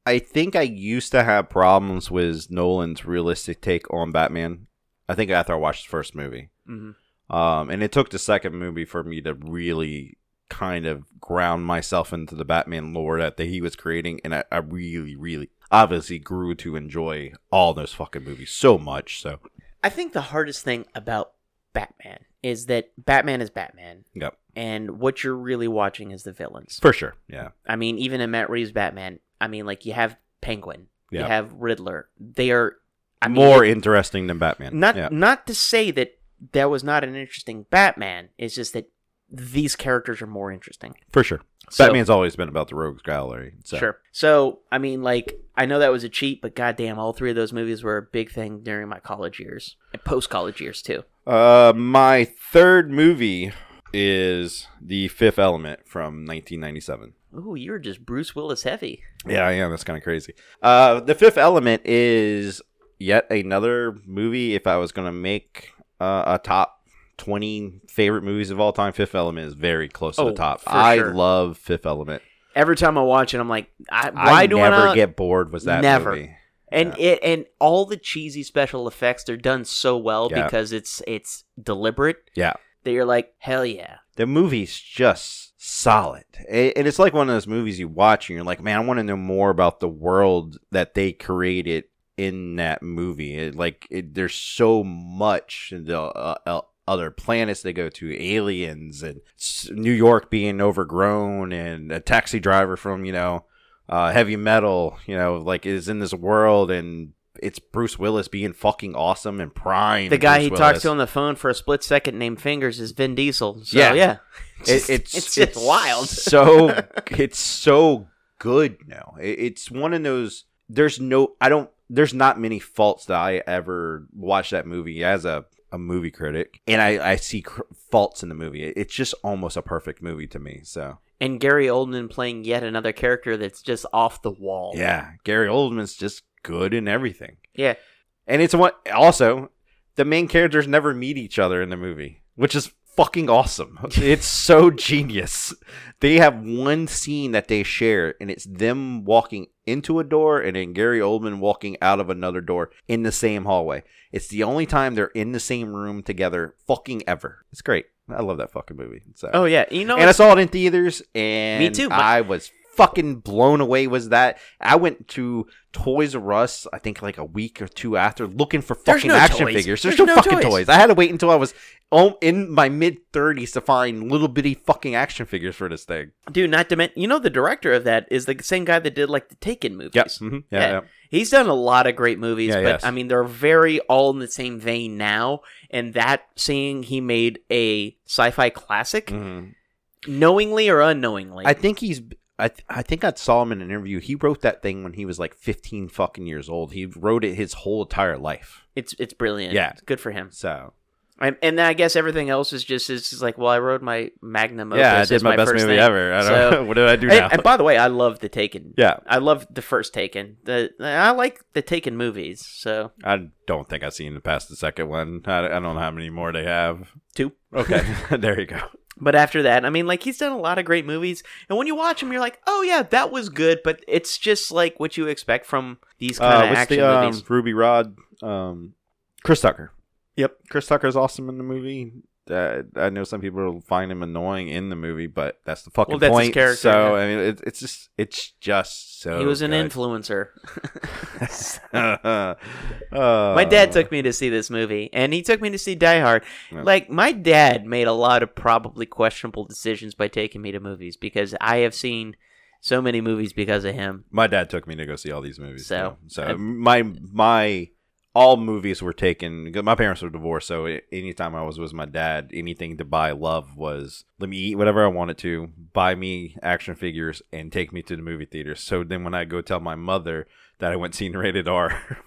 Speaker 1: I think I used to have problems with Nolan's realistic take on Batman. I think after I watched the first movie,
Speaker 2: hmm
Speaker 1: um, and it took the second movie for me to really kind of ground myself into the Batman lore that, that he was creating, and I, I really, really, obviously grew to enjoy all those fucking movies so much. So
Speaker 2: I think the hardest thing about Batman is that Batman is Batman.
Speaker 1: Yep.
Speaker 2: And what you're really watching is the villains.
Speaker 1: for sure, yeah,
Speaker 2: I mean, even in Matt Reeves Batman, I mean, like you have Penguin, you
Speaker 1: Yeah.
Speaker 2: have Riddler. They are I mean,
Speaker 1: more interesting than Batman.
Speaker 2: Not
Speaker 1: yeah.
Speaker 2: not to say that there was not an interesting Batman. It's just that these characters are more interesting.
Speaker 1: for sure.
Speaker 2: So-
Speaker 1: Batman's always been about the rogues gallery. So.
Speaker 2: Sure. So I mean, like I know that was a cheat, but goddamn, all three of those movies were a big thing during my college years and post college years too.
Speaker 1: Uh, my third movie is The Fifth Element from 1997.
Speaker 2: Ooh, you were just Bruce Willis heavy.
Speaker 1: Yeah, I am. That's kind of crazy. Uh, the Fifth Element is yet another movie. If I was gonna make uh, a top twenty favorite movies of all time, Fifth Element is very close to
Speaker 2: Oh,
Speaker 1: the top.
Speaker 2: for
Speaker 1: I
Speaker 2: sure.
Speaker 1: love Fifth Element.
Speaker 2: Every time I watch it, I'm like, I, why
Speaker 1: I
Speaker 2: do
Speaker 1: never
Speaker 2: I not?
Speaker 1: get bored with that
Speaker 2: Never.
Speaker 1: movie.
Speaker 2: and it and all the cheesy special effects they're done so well
Speaker 1: Yeah.
Speaker 2: because it's it's deliberate.
Speaker 1: Yeah.
Speaker 2: That you're like, hell yeah.
Speaker 1: The movie's just solid. A- And it's like one of those movies you watch and you're like, man, I want to know more about the world that they created in that movie. It, like, it, there's so much the uh, uh, other planets they go to, aliens, and s- New York being overgrown, and a taxi driver from, you know, uh, heavy metal, you know, like is in this world and. It's Bruce Willis being fucking awesome and prime.
Speaker 2: The guy
Speaker 1: Bruce
Speaker 2: he
Speaker 1: Willis.
Speaker 2: talks to on the phone for a split second named Fingers is Vin Diesel. So yeah.
Speaker 1: Yeah.
Speaker 2: Just-
Speaker 1: it, it's,
Speaker 2: it's just wild.
Speaker 1: so it's so good now. It, it's one of those. There's no. I don't. There's not many faults that I ever watch that movie as a a movie critic, and I I see cr- faults in the movie. It- it's just almost a perfect movie to me. So
Speaker 2: And Gary Oldman playing yet another character that's just off the wall.
Speaker 1: yeah, Gary Oldman's just good in everything.
Speaker 2: Yeah.
Speaker 1: and it's one also the main characters never meet each other in the movie, which is fucking awesome. It's so genius. They have one scene that they share, and it's them walking into a door and then Gary Oldman walking out of another door in the same hallway. It's the only time they're in the same room together, fucking ever. It's great. I love that fucking movie. So.
Speaker 2: Oh yeah. You know
Speaker 1: and I saw it in theaters, and
Speaker 2: Me too. My-
Speaker 1: I was fucking blown away. Was that I went to Toys R Us? I think like a week or two after, looking for
Speaker 2: There's
Speaker 1: fucking
Speaker 2: no
Speaker 1: action
Speaker 2: toys.
Speaker 1: figures. There's,
Speaker 2: There's
Speaker 1: no,
Speaker 2: no
Speaker 1: fucking
Speaker 2: toys.
Speaker 1: toys. I had to wait until I was um, in my mid thirties to find little bitty fucking action figures for this thing.
Speaker 2: dude, not to men- you know the director of that is the same guy that did like the Taken movies.
Speaker 1: Mhm.
Speaker 2: Yeah. He's done a lot of great movies,
Speaker 1: Yeah,
Speaker 2: but
Speaker 1: yes.
Speaker 2: I mean they're very all in the same vein now. And that seeing he made a sci-fi classic,
Speaker 1: Mhm.
Speaker 2: knowingly or unknowingly.
Speaker 1: I think he's. I, th- I think I saw him in an interview. He wrote that thing when he was like 15 fucking years old. He wrote it his whole entire life.
Speaker 2: it's it's brilliant.
Speaker 1: Yeah.
Speaker 2: It's good for him.
Speaker 1: So
Speaker 2: I, and then I guess everything else is just is just like, well, I rode my magnum. Opus
Speaker 1: yeah, I
Speaker 2: as
Speaker 1: did my, best
Speaker 2: first
Speaker 1: movie
Speaker 2: thing.
Speaker 1: ever. I don't
Speaker 2: So-
Speaker 1: know. What did I do now?
Speaker 2: And, and by the way, I love the Taken.
Speaker 1: yeah,
Speaker 2: I love the first Taken. The I like the Taken movies. So
Speaker 1: I don't think I've seen the past the second one. I, I don't know how many more they have.
Speaker 2: two.
Speaker 1: Okay, there you go.
Speaker 2: But after that, I mean, like he's done a lot of great movies, and when you watch him, you're like, oh yeah, that was good. But it's just like what you expect from these kind
Speaker 1: Uh,
Speaker 2: of
Speaker 1: what's
Speaker 2: action
Speaker 1: the um,
Speaker 2: movies.
Speaker 1: Ruby Rod? Um, Chris Tucker.
Speaker 2: Yep.
Speaker 1: Chris Tucker's awesome in the movie. Uh, I know some people will find him annoying in the movie, but that's the fucking
Speaker 2: Well, that's his
Speaker 1: point.
Speaker 2: character,
Speaker 1: so
Speaker 2: yeah.
Speaker 1: I mean, it, it's just it's just so.
Speaker 2: he was an
Speaker 1: good.
Speaker 2: influencer.
Speaker 1: Uh,
Speaker 2: My dad took me to see this movie, and he took me to see Die Hard.
Speaker 1: Um, Yeah.
Speaker 2: Like my dad made a lot of probably questionable decisions by taking me to movies because I have seen so many movies because of him.
Speaker 1: My dad took me to go see all these movies.
Speaker 2: So-
Speaker 1: too. so
Speaker 2: I-
Speaker 1: my my all movies were taken. My parents were divorced, so a- anytime I was with my dad, anything to buy love was let me eat whatever I wanted to, buy me action figures, and take me to the movie theater. So then when I go tell my mother that I went seen rated R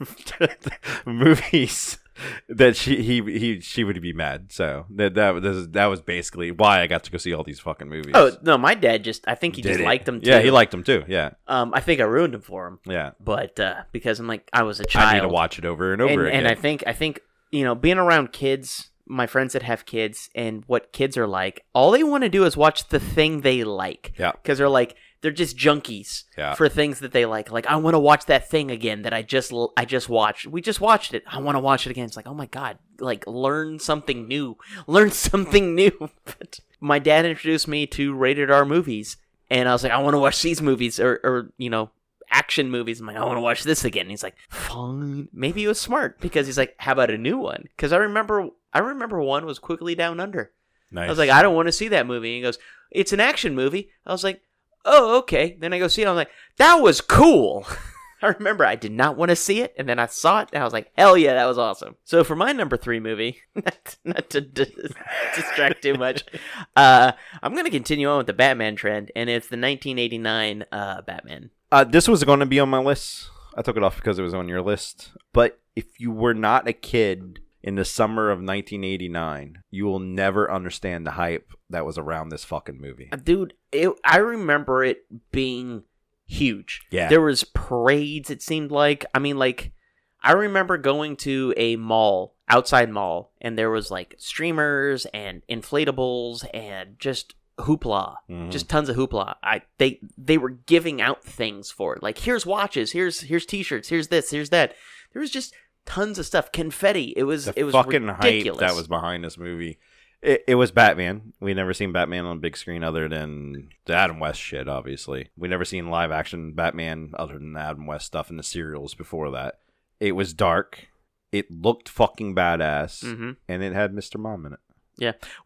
Speaker 1: movies. That she he he she would be mad. So that that was that was basically why I got to go see all these fucking movies.
Speaker 2: Oh no, my dad just—I think he
Speaker 1: Did
Speaker 2: just
Speaker 1: it.
Speaker 2: liked them too.
Speaker 1: Yeah, he liked them too. Yeah,
Speaker 2: Um, I think I ruined him for him,
Speaker 1: yeah.
Speaker 2: but uh, because I'm like I was a child.
Speaker 1: I need to watch it over and over
Speaker 2: and,
Speaker 1: again.
Speaker 2: and I think I think you know being around kids, my friends that have kids, and what kids are like, all they want to do is watch the thing they like.
Speaker 1: Yeah.
Speaker 2: because they're like they're just junkies
Speaker 1: Yeah.
Speaker 2: for things that they like. Like I want to watch that thing again that I just l- I just watched. We just watched it. I want to watch it again. It's like oh my god, like learn something new, learn something new. but my dad introduced me to rated R movies, and I was like, I want to watch these movies or, or you know, action movies. I'm like, I want to watch this again. And he's like, fine. Maybe he was smart because he's like, how about a new one? Because I remember, I remember one was Quickly Down Under.
Speaker 1: Nice.
Speaker 2: I was like, I don't want to see that movie. And he goes, it's an action movie. I was like, oh, okay. Then I go see it. I'm like, that was cool. I remember I did not want to see it, and then I saw it, and I was like, hell yeah, that was awesome. So for my number three movie, not, not to dis- distract too much, uh, I'm going to continue on with the Batman trend, and it's the 1989 uh, Batman.
Speaker 1: Uh, this was going to be on my list. I took it off because it was on your list. But if you were not a kid in the summer of 1989, you will never understand the hype that was around this fucking movie.
Speaker 2: Uh, Dude, it, I remember it being huge.
Speaker 1: Yeah.
Speaker 2: There was parades, it seemed like. I mean, like, I remember going to a mall, outside mall, and there was like streamers and inflatables and just hoopla.
Speaker 1: Mhm.
Speaker 2: just tons of hoopla. I they they were giving out things for it. Like here's watches, here's here's t-shirts, here's this, here's that. There was just tons of stuff. Confetti. It was
Speaker 1: the
Speaker 2: it was
Speaker 1: fucking
Speaker 2: ridiculous.
Speaker 1: hype that was behind this movie. It, it was Batman. We never seen Batman on big screen other than the Adam West shit. Obviously, we never seen live action Batman other than the Adam West stuff in the serials before that. It was dark. It looked fucking badass,
Speaker 2: hmm
Speaker 1: and it had Mr. Mom in it.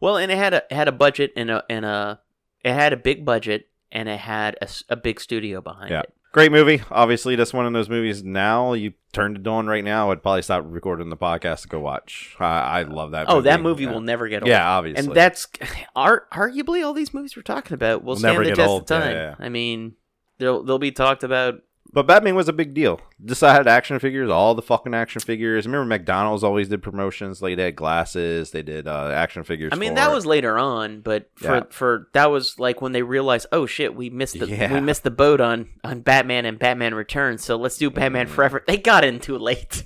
Speaker 2: Well, and it had a it had a budget and a and a it had a big budget and it had a, s- a big studio behind
Speaker 1: Yeah.
Speaker 2: it.
Speaker 1: Great movie. Obviously, that's one of those movies. Now you turned it on right now, I'd probably stop recording the podcast to go watch. I, I love that.
Speaker 2: oh, that movie will
Speaker 1: Yeah.
Speaker 2: never get old.
Speaker 1: Yeah, obviously.
Speaker 2: And that's ar- arguably all these movies we're talking about will
Speaker 1: Will
Speaker 2: stand
Speaker 1: never
Speaker 2: the
Speaker 1: get
Speaker 2: test
Speaker 1: old.
Speaker 2: of
Speaker 1: Yeah,
Speaker 2: time.
Speaker 1: yeah.
Speaker 2: I mean, they'll they'll be talked about
Speaker 1: But Batman was a big deal. Just I had action figures, all the fucking action figures. Remember McDonald's always did promotions. Like they had glasses, they did uh, action figures.
Speaker 2: I mean,
Speaker 1: for
Speaker 2: that
Speaker 1: it.
Speaker 2: was later on, but for
Speaker 1: Yeah.
Speaker 2: for that was like when they realized, oh shit, we missed the
Speaker 1: Yeah.
Speaker 2: we missed the boat on on Batman and Batman Returns, so let's do Batman
Speaker 1: Mm.
Speaker 2: Forever. They got in too late.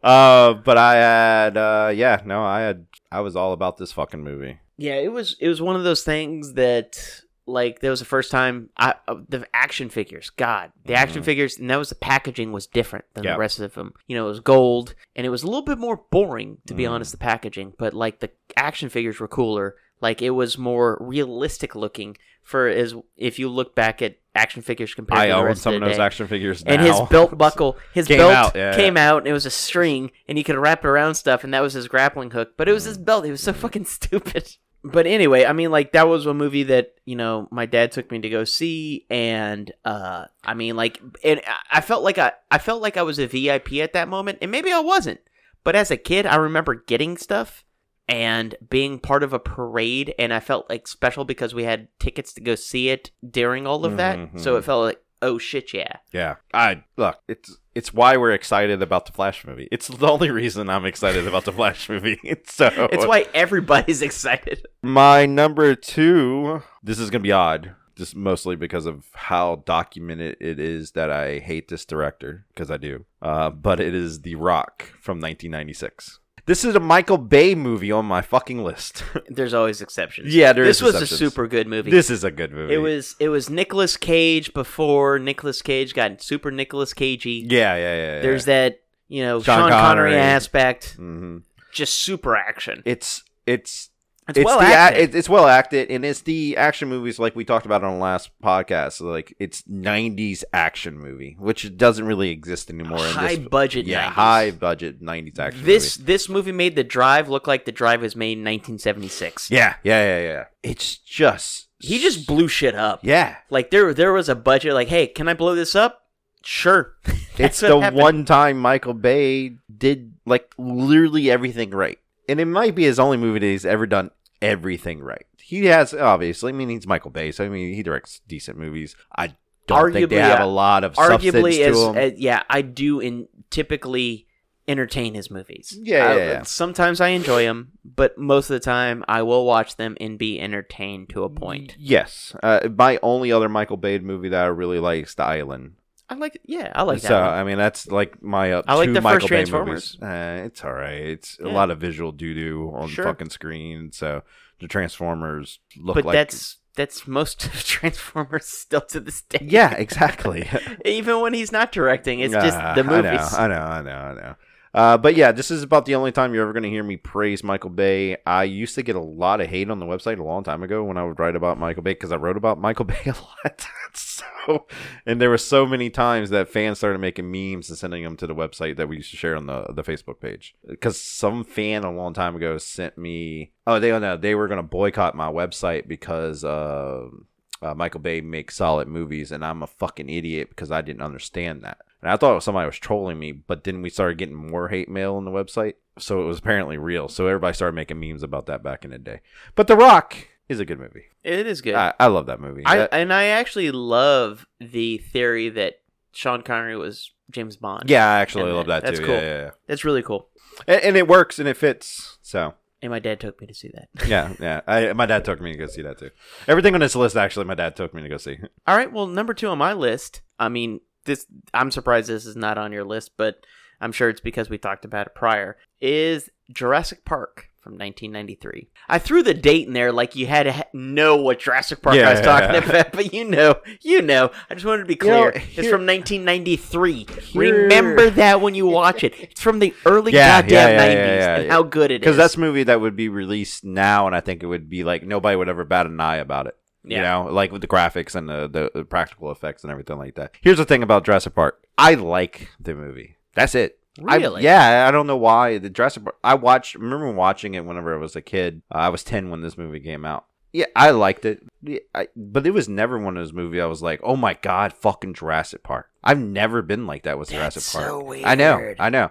Speaker 1: Uh, but I had uh, yeah, no, I had I was all about this fucking movie.
Speaker 2: yeah, it was it was one of those things that like that was the first time I uh, the action figures, God, the action
Speaker 1: Mhm.
Speaker 2: figures, and that was the packaging was different than
Speaker 1: Yeah.
Speaker 2: the rest of them. You know, it was gold, and it was a little bit more boring to be
Speaker 1: Mm.
Speaker 2: honest. The packaging, but like the action figures were cooler. Like it was more realistic looking for as if you look back at action figures compared
Speaker 1: I
Speaker 2: to the
Speaker 1: own
Speaker 2: rest
Speaker 1: some
Speaker 2: of
Speaker 1: of
Speaker 2: the
Speaker 1: those
Speaker 2: day.
Speaker 1: action figures now.
Speaker 2: And his belt buckle, his
Speaker 1: Came
Speaker 2: belt
Speaker 1: out, yeah,
Speaker 2: came out, and it was a string, and he could wrap it around stuff, and that was his grappling hook. But it was his
Speaker 1: Mm.
Speaker 2: belt; it was so fucking stupid. But anyway, I mean, like that was a movie that you know my dad took me to go see, and uh, I mean, like, and I- I felt like I, I felt like I was a VIP at that moment, and maybe I wasn't. But as a kid, I remember getting stuff and being part of a parade, and I felt like special because we had tickets to go see it during all of that. So
Speaker 1: Mhm.
Speaker 2: it felt like, oh shit, yeah.
Speaker 1: yeah, I look. It's it's why we're excited about the Flash movie. It's the only reason I'm excited about the Flash movie. so
Speaker 2: It's why everybody's excited.
Speaker 1: My number two. This is gonna be odd, just mostly because of how documented it is that I hate this director because I do. Uh, but it is The Rock from 1996. This is a Michael Bay movie on my fucking list.
Speaker 2: There's always exceptions.
Speaker 1: yeah, there
Speaker 2: this
Speaker 1: is
Speaker 2: was
Speaker 1: exceptions.
Speaker 2: a super good movie.
Speaker 1: This is a good movie.
Speaker 2: it was it was Nicolas Cage before Nicolas Cage got super Nicolas Cagey.
Speaker 1: Yeah, yeah, yeah. yeah.
Speaker 2: There's that you know
Speaker 1: Sean
Speaker 2: Sean Connery.
Speaker 1: Connery.
Speaker 2: aspect,
Speaker 1: Mhm.
Speaker 2: just super action.
Speaker 1: It's it's
Speaker 2: It's, well
Speaker 1: the a-
Speaker 2: acted.
Speaker 1: it- it's well acted, and it's the action movies like we talked about on the last podcast. So, like it's '90s action movie, which doesn't really exist anymore. in
Speaker 2: high
Speaker 1: this,
Speaker 2: budget.
Speaker 1: yeah,
Speaker 2: 90s.
Speaker 1: high budget '90s action.
Speaker 2: This this movie made The Drive look like The Drive was made in 1976.
Speaker 1: movie. yeah, yeah, yeah, yeah. It's just
Speaker 2: He just blew shit up.
Speaker 1: yeah.
Speaker 2: Like there there was a budget. Like hey, can I blow this up? Sure.
Speaker 1: It's
Speaker 2: That's what
Speaker 1: the
Speaker 2: happened.
Speaker 1: one time Michael Bay did like literally everything right, and it might be his only movie that he's ever done everything right. He has obviously. I mean, he's Michael Bay, so I mean, he directs decent movies. I don't think they
Speaker 2: Arguably,
Speaker 1: have
Speaker 2: uh,
Speaker 1: a lot of substance
Speaker 2: arguably
Speaker 1: to
Speaker 2: as,
Speaker 1: them.
Speaker 2: as- yeah i do in typically entertain his movies
Speaker 1: Yeah,
Speaker 2: I-
Speaker 1: yeah, yeah.
Speaker 2: sometimes i enjoy them but most of the time i will watch them and be entertained to a point
Speaker 1: Yes. Uh, my only other Michael Bay movie that I really like is The Island.
Speaker 2: i like yeah i like
Speaker 1: so,
Speaker 2: that one.
Speaker 1: I mean, that's like my uh,
Speaker 2: I like
Speaker 1: two
Speaker 2: the first
Speaker 1: Michael Bay
Speaker 2: Transformers.
Speaker 1: movies. Uh, it's all right. It's a
Speaker 2: Yeah.
Speaker 1: lot of visual doo doo on
Speaker 2: Sure.
Speaker 1: fucking screen. So the Transformers look
Speaker 2: but
Speaker 1: like.
Speaker 2: that's that's most of transformers still to this day
Speaker 1: Yeah, exactly.
Speaker 2: even when he's not directing it's just
Speaker 1: Ah,
Speaker 2: the movies
Speaker 1: I know, I know, I know, I know. Uh, but yeah, this is about the only time you're ever going to hear me praise Michael Bay. I used to get a lot of hate on the website a long time ago when I would write about Michael Bay because I wrote about Michael Bay a lot. so, and there were so many times that fans started making memes and sending them to the website that we used to share on the the Facebook page. Because some fan a long time ago sent me, oh, they no, they were going to boycott my website because. Uh, uh, Michael Bay makes solid movies, and I'm a fucking idiot because I didn't understand that. And I thought somebody was trolling me, but then we started getting more hate mail on the website. So it was apparently real. So everybody started making memes about that back in the day. But The Rock is a good movie.
Speaker 2: It is good.
Speaker 1: I, I love that movie.
Speaker 2: I,
Speaker 1: That-
Speaker 2: and I actually love the theory that Sean Connery was James Bond.
Speaker 1: yeah, I actually
Speaker 2: and
Speaker 1: love that
Speaker 2: that's
Speaker 1: too.
Speaker 2: cool.
Speaker 1: Yeah, yeah, yeah.
Speaker 2: That's really cool.
Speaker 1: And, and it works and it fits. So
Speaker 2: And my dad took me to see that.
Speaker 1: yeah, yeah. I, my dad took me to go see that too. Everything on this list, actually, my dad took me to go see.
Speaker 2: All right, well, number 2 on my list. I mean, this I'm surprised this is not on your list, but I'm sure it's because we talked about it prior. Is Jurassic Park from 1993. I threw the date in there like you had to ha- know what Jurassic Park I was
Speaker 1: Yeah.
Speaker 2: talking about, but you know, you know. I just wanted to be
Speaker 1: You know,
Speaker 2: clear. it's
Speaker 1: here-
Speaker 2: from 1993.
Speaker 1: Here-
Speaker 2: Remember that when you watch it. It's from the early
Speaker 1: Yeah, yeah,
Speaker 2: goddamn
Speaker 1: yeah,
Speaker 2: 90s
Speaker 1: yeah, yeah,
Speaker 2: and
Speaker 1: yeah.
Speaker 2: how good it is.
Speaker 1: Because that's a movie that would be released now, and I think it would be like nobody would ever bat an eye about it.
Speaker 2: Yeah.
Speaker 1: You know, like with the graphics and the, the, the practical effects and everything like that. Here's the thing about Jurassic Park I like the movie. That's it. I-
Speaker 2: Really?
Speaker 1: yeah, I don't know why. The Jurassic Park. I watched, remember watching it whenever I was a kid. Uh, I was 10 when this movie came out. Yeah, I liked it. Yeah, I, but it was never one of those movies I was like, oh my God, fucking Jurassic Park. I've never been like that with
Speaker 2: That's
Speaker 1: Jurassic Park.
Speaker 2: so weird.
Speaker 1: I know. I know.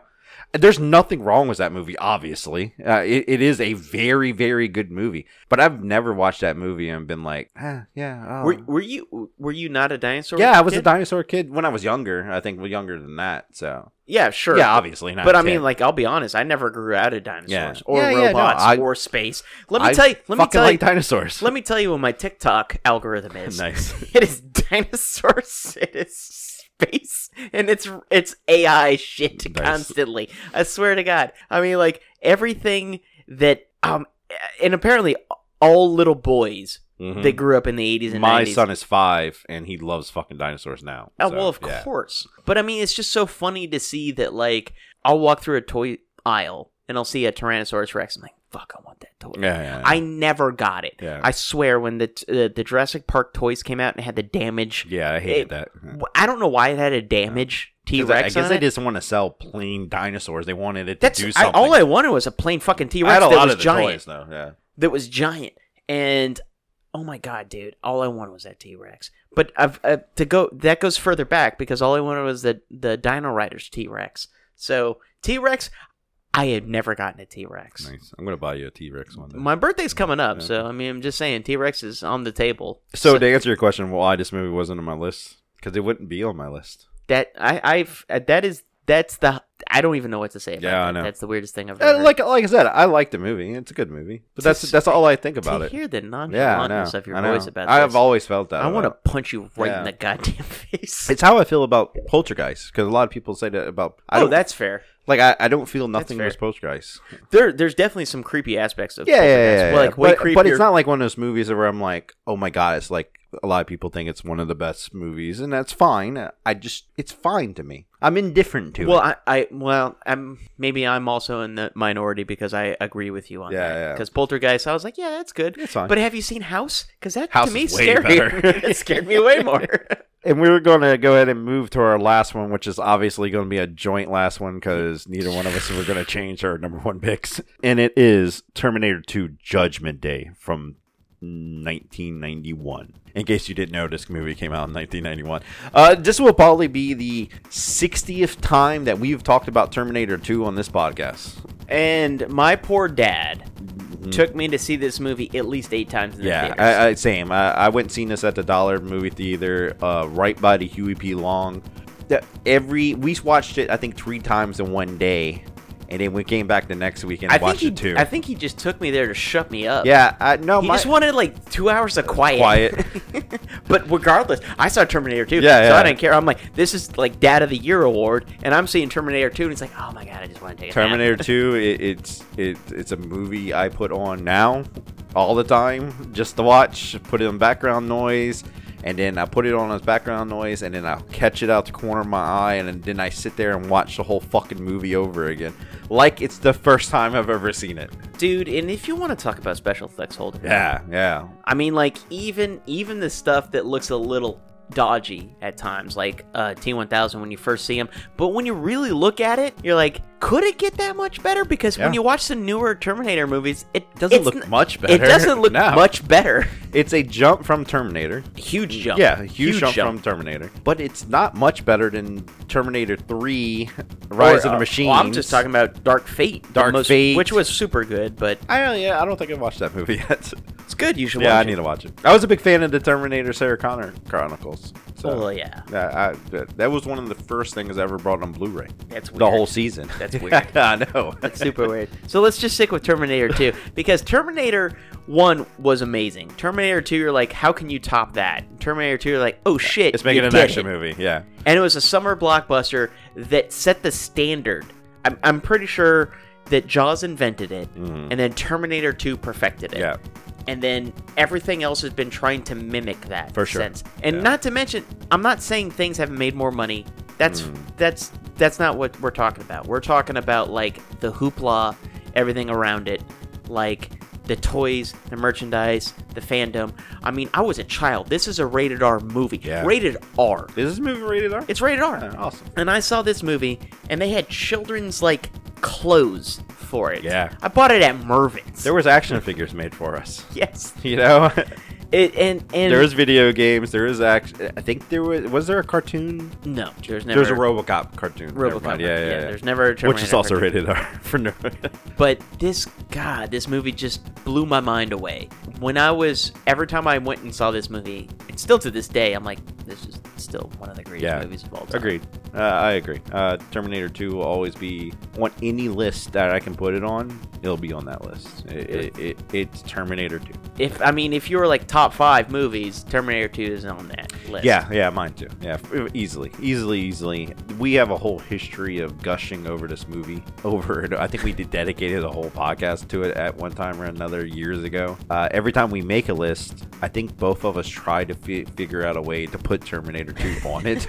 Speaker 1: There's nothing wrong with that movie, obviously. Uh, it, it is a very, very good movie. But I've never watched that movie and been like, ah, yeah. Oh.
Speaker 2: were, were you were you not a dinosaur?
Speaker 1: yeah, I was a
Speaker 2: kid?
Speaker 1: dinosaur kid when I was younger. I think well, younger than that. So,
Speaker 2: Yeah, sure.
Speaker 1: yeah, obviously not.
Speaker 2: But I
Speaker 1: 10.
Speaker 2: mean, like, I'll be honest. I never grew out of dinosaurs
Speaker 1: Yeah.
Speaker 2: or
Speaker 1: Yeah, yeah, no,
Speaker 2: robots
Speaker 1: I-
Speaker 2: or space. Let me
Speaker 1: I
Speaker 2: tell you. Let me
Speaker 1: fucking
Speaker 2: tell
Speaker 1: like
Speaker 2: you.
Speaker 1: dinosaurs.
Speaker 2: let me tell you what my TikTok algorithm is.
Speaker 1: nice.
Speaker 2: It is dinosaurs. It is space, and it's it's AI shit
Speaker 1: Nice.
Speaker 2: constantly. I swear to God. I mean, like everything that um, and apparently all little boys
Speaker 1: Mhm.
Speaker 2: that grew up in the eighties and
Speaker 1: My
Speaker 2: 90s
Speaker 1: son is five and he loves fucking dinosaurs now.
Speaker 2: Oh
Speaker 1: So,
Speaker 2: well, of
Speaker 1: yeah.
Speaker 2: course. But I mean, it's just so funny to see that. Like, I'll walk through a toy aisle and I'll see a Tyrannosaurus Rex. I'm like, fuck, I want that toy.
Speaker 1: Yeah, yeah, yeah.
Speaker 2: I never got it.
Speaker 1: Yeah.
Speaker 2: I swear, when the uh, the Jurassic Park toys came out and had the damage,
Speaker 1: yeah, I hated that.
Speaker 2: w- I don't know why it had a damage T
Speaker 1: 'Cause I- I
Speaker 2: Rex.
Speaker 1: guess
Speaker 2: on
Speaker 1: they
Speaker 2: it.
Speaker 1: didn't want to sell plain dinosaurs. They wanted it to
Speaker 2: That's
Speaker 1: do
Speaker 2: I,
Speaker 1: something.
Speaker 2: all I wanted was a plain fucking T
Speaker 1: I
Speaker 2: Rex
Speaker 1: had a
Speaker 2: that
Speaker 1: lot
Speaker 2: was
Speaker 1: of the
Speaker 2: giant.
Speaker 1: toys though. Yeah.
Speaker 2: that was giant and oh my god dude all i wanted was that t-rex but i've uh, to go that goes further back because all i wanted was the the dino riders t-rex so t-rex i had never gotten a t-rex
Speaker 1: Nice. I'm gonna buy you a T Rex one. Day.
Speaker 2: my birthday's coming up
Speaker 1: Yeah.
Speaker 2: so i mean i'm just saying t-rex is on the table
Speaker 1: so, to answer your question, why this movie wasn't on my list? Because it wouldn't be on my list.
Speaker 2: that i i've uh, that is that's the i don't even know what to say about
Speaker 1: Yeah, I
Speaker 2: that.
Speaker 1: know.
Speaker 2: that's the weirdest thing i've ever
Speaker 1: Uh, like like I said, I like the movie. It's a good movie, but that's
Speaker 2: Just-
Speaker 1: that's all I think
Speaker 2: heard.
Speaker 1: about
Speaker 2: to
Speaker 1: it.
Speaker 2: hear the
Speaker 1: Yeah, I know.
Speaker 2: nonchalantness of your
Speaker 1: I know.
Speaker 2: voice about
Speaker 1: I
Speaker 2: this,
Speaker 1: have always felt that.
Speaker 2: i
Speaker 1: want
Speaker 2: want to punch you right
Speaker 1: Yeah.
Speaker 2: in the goddamn face
Speaker 1: It's how I feel about Poltergeist because a lot of people say that about. I
Speaker 2: oh
Speaker 1: don't,
Speaker 2: that's fair
Speaker 1: like I, I don't feel nothing
Speaker 2: fair.
Speaker 1: with Poltergeist.
Speaker 2: There, there's definitely some creepy aspects of
Speaker 1: Yeah, yeah, yeah,
Speaker 2: Poltergeist,
Speaker 1: yeah,
Speaker 2: but,
Speaker 1: yeah.
Speaker 2: like way
Speaker 1: but, but it's
Speaker 2: creepier.
Speaker 1: not like one of those movies where I'm like, oh my god, it's like a lot of people think it's one of the best movies, and that's fine. I just it's fine to me. I'm indifferent to
Speaker 2: well,
Speaker 1: it.
Speaker 2: I, I, well, I'm maybe I'm also in the minority because I agree with you on
Speaker 1: Yeah,
Speaker 2: that.
Speaker 1: yeah.
Speaker 2: Because Poltergeist, I was like, yeah, that's good.
Speaker 1: It's fine.
Speaker 2: But have you seen House? Because that
Speaker 1: House
Speaker 2: to me
Speaker 1: is way
Speaker 2: scared
Speaker 1: better.
Speaker 2: me. it scared me way more.
Speaker 1: And we're going to go ahead and move to our last one, which is obviously going to be a joint last one because neither one of us were going to change our number one picks. And it is Terminator 2 Judgment Day from 1991. In case you didn't know, this movie came out in 1991. Uh, this will probably be the 60th time that we've talked about Terminator 2 on this podcast.
Speaker 2: and my poor dad took me to see this movie at least eight times in the
Speaker 1: Mm-hmm. Yeah,
Speaker 2: theaters.
Speaker 1: I, I, same. I, I went and seen this at the Dollar Movie Theater, uh, right by the Huey P. Long. The- every we watched it, I think three times in one day, and then we came back the next week and
Speaker 2: I think
Speaker 1: watched
Speaker 2: he,
Speaker 1: it too.
Speaker 2: I think he just took me there to shut me up.
Speaker 1: yeah, I, no,
Speaker 2: He
Speaker 1: Oh, my,
Speaker 2: just wanted like two hours of quiet.
Speaker 1: Quiet.
Speaker 2: but regardless, I saw Terminator 2,
Speaker 1: Yeah,
Speaker 2: so I
Speaker 1: yeah.
Speaker 2: didn't care. I'm like, this is like Dad of the Year award, and I'm seeing Terminator 2, and it's like, oh my god, I just want to take a nap.
Speaker 1: Terminator Two. It, it's it, it's a movie I put on now all the time just to watch. Put it in background noise. and then I put it on as background noise, and then I'll catch it out the corner of my eye, and then I sit there and watch the whole fucking movie over again, like it's the first time I've ever seen it.
Speaker 2: dude. And if you want to talk about special effects, Holden,
Speaker 1: Yeah, yeah,
Speaker 2: I mean, like even even the stuff that looks a little dodgy at times, like uh, T1000 when you first see him. But when you really look at it, you're like, could it get that much better? Because when
Speaker 1: Yeah.
Speaker 2: you watch the newer Terminator movies, it
Speaker 1: doesn't
Speaker 2: it's
Speaker 1: look
Speaker 2: n-
Speaker 1: much better.
Speaker 2: It doesn't look
Speaker 1: No.
Speaker 2: much better.
Speaker 1: It's a jump from Terminator.
Speaker 2: Huge jump.
Speaker 1: Mm, Yeah, a huge, jump, from Terminator, but it's not much better than Terminator Three: Rise
Speaker 2: Or,
Speaker 1: of
Speaker 2: uh,
Speaker 1: the Machines.
Speaker 2: well, I'm just talking about Dark Fate. the
Speaker 1: Dark Fate.
Speaker 2: which was super good, but
Speaker 1: I don't, yeah, I don't think I've watched that movie yet.
Speaker 2: it's good. You should
Speaker 1: yeah, I
Speaker 2: watch
Speaker 1: need
Speaker 2: it.
Speaker 1: to watch it. I was a big fan of the Terminator Sarah Connor Chronicles. So.
Speaker 2: Oh yeah,
Speaker 1: Yeah, I, that, that was one of the first things I ever brought on Blu-ray.
Speaker 2: that's weird.
Speaker 1: The whole season.
Speaker 2: That's weird.
Speaker 1: I know.
Speaker 2: That's super weird. So let's just stick with Terminator 2 because Terminator 1 was amazing. Terminator 2, you're like, how can you top that? Terminator 2, you're like, oh shit.
Speaker 1: It's making
Speaker 2: you
Speaker 1: an
Speaker 2: did
Speaker 1: action
Speaker 2: it.
Speaker 1: movie. Yeah.
Speaker 2: And it was a summer blockbuster that set the standard. I'm, I'm pretty sure that Jaws invented it
Speaker 1: Mhm.
Speaker 2: and then Terminator 2 perfected it.
Speaker 1: Yeah.
Speaker 2: And then everything else has been trying to mimic that
Speaker 1: For sure.
Speaker 2: sense. And
Speaker 1: Yeah.
Speaker 2: not to mention, I'm not saying things haven't made more money. That's
Speaker 1: Mm.
Speaker 2: that's that's not what we're talking about. We're talking about like the hoopla, everything around it, like the toys, the merchandise, the fandom. I mean, I was a child. This is a rated R movie.
Speaker 1: Yeah.
Speaker 2: Rated R.
Speaker 1: Is this movie rated R?
Speaker 2: It's rated R.
Speaker 1: Yeah, oh. awesome.
Speaker 2: And I saw this movie, and they had children's like clothes for it.
Speaker 1: Yeah.
Speaker 2: I bought it at Mervin's.
Speaker 1: There was action figures made for us.
Speaker 2: yes.
Speaker 1: You know,
Speaker 2: It, and and
Speaker 1: there is video games. There is action. I think there was. Was there a cartoon?
Speaker 2: no. There's never
Speaker 1: There's a RoboCop cartoon. Never
Speaker 2: RoboCop.
Speaker 1: mind. Yeah, yeah. yeah.
Speaker 2: There's never a
Speaker 1: Which is
Speaker 2: Terminator
Speaker 1: also
Speaker 2: cartoon.
Speaker 1: rated R for no.
Speaker 2: But this God, this movie just blew my mind away. When I was every time I went and saw this movie, and still to this day, I'm like, this is still one of the greatest
Speaker 1: Yeah.
Speaker 2: movies of all time.
Speaker 1: Agreed. Uh, I agree. Uh, Terminator 2 will always be on any list that I can put it on. It'll be on that list. It, it, it, it's Terminator 2.
Speaker 2: If I mean, if you were like top five movies, Terminator Two is on that list.
Speaker 1: Yeah, yeah, mine too. Yeah, f- easily, easily, easily. We have a whole history of gushing over this movie. Over, and I think we did dedicated a whole podcast to it at one time or another years ago. Uh, every time we make a list, I think both of us try to fi- figure out a way to put Terminator 2 on it.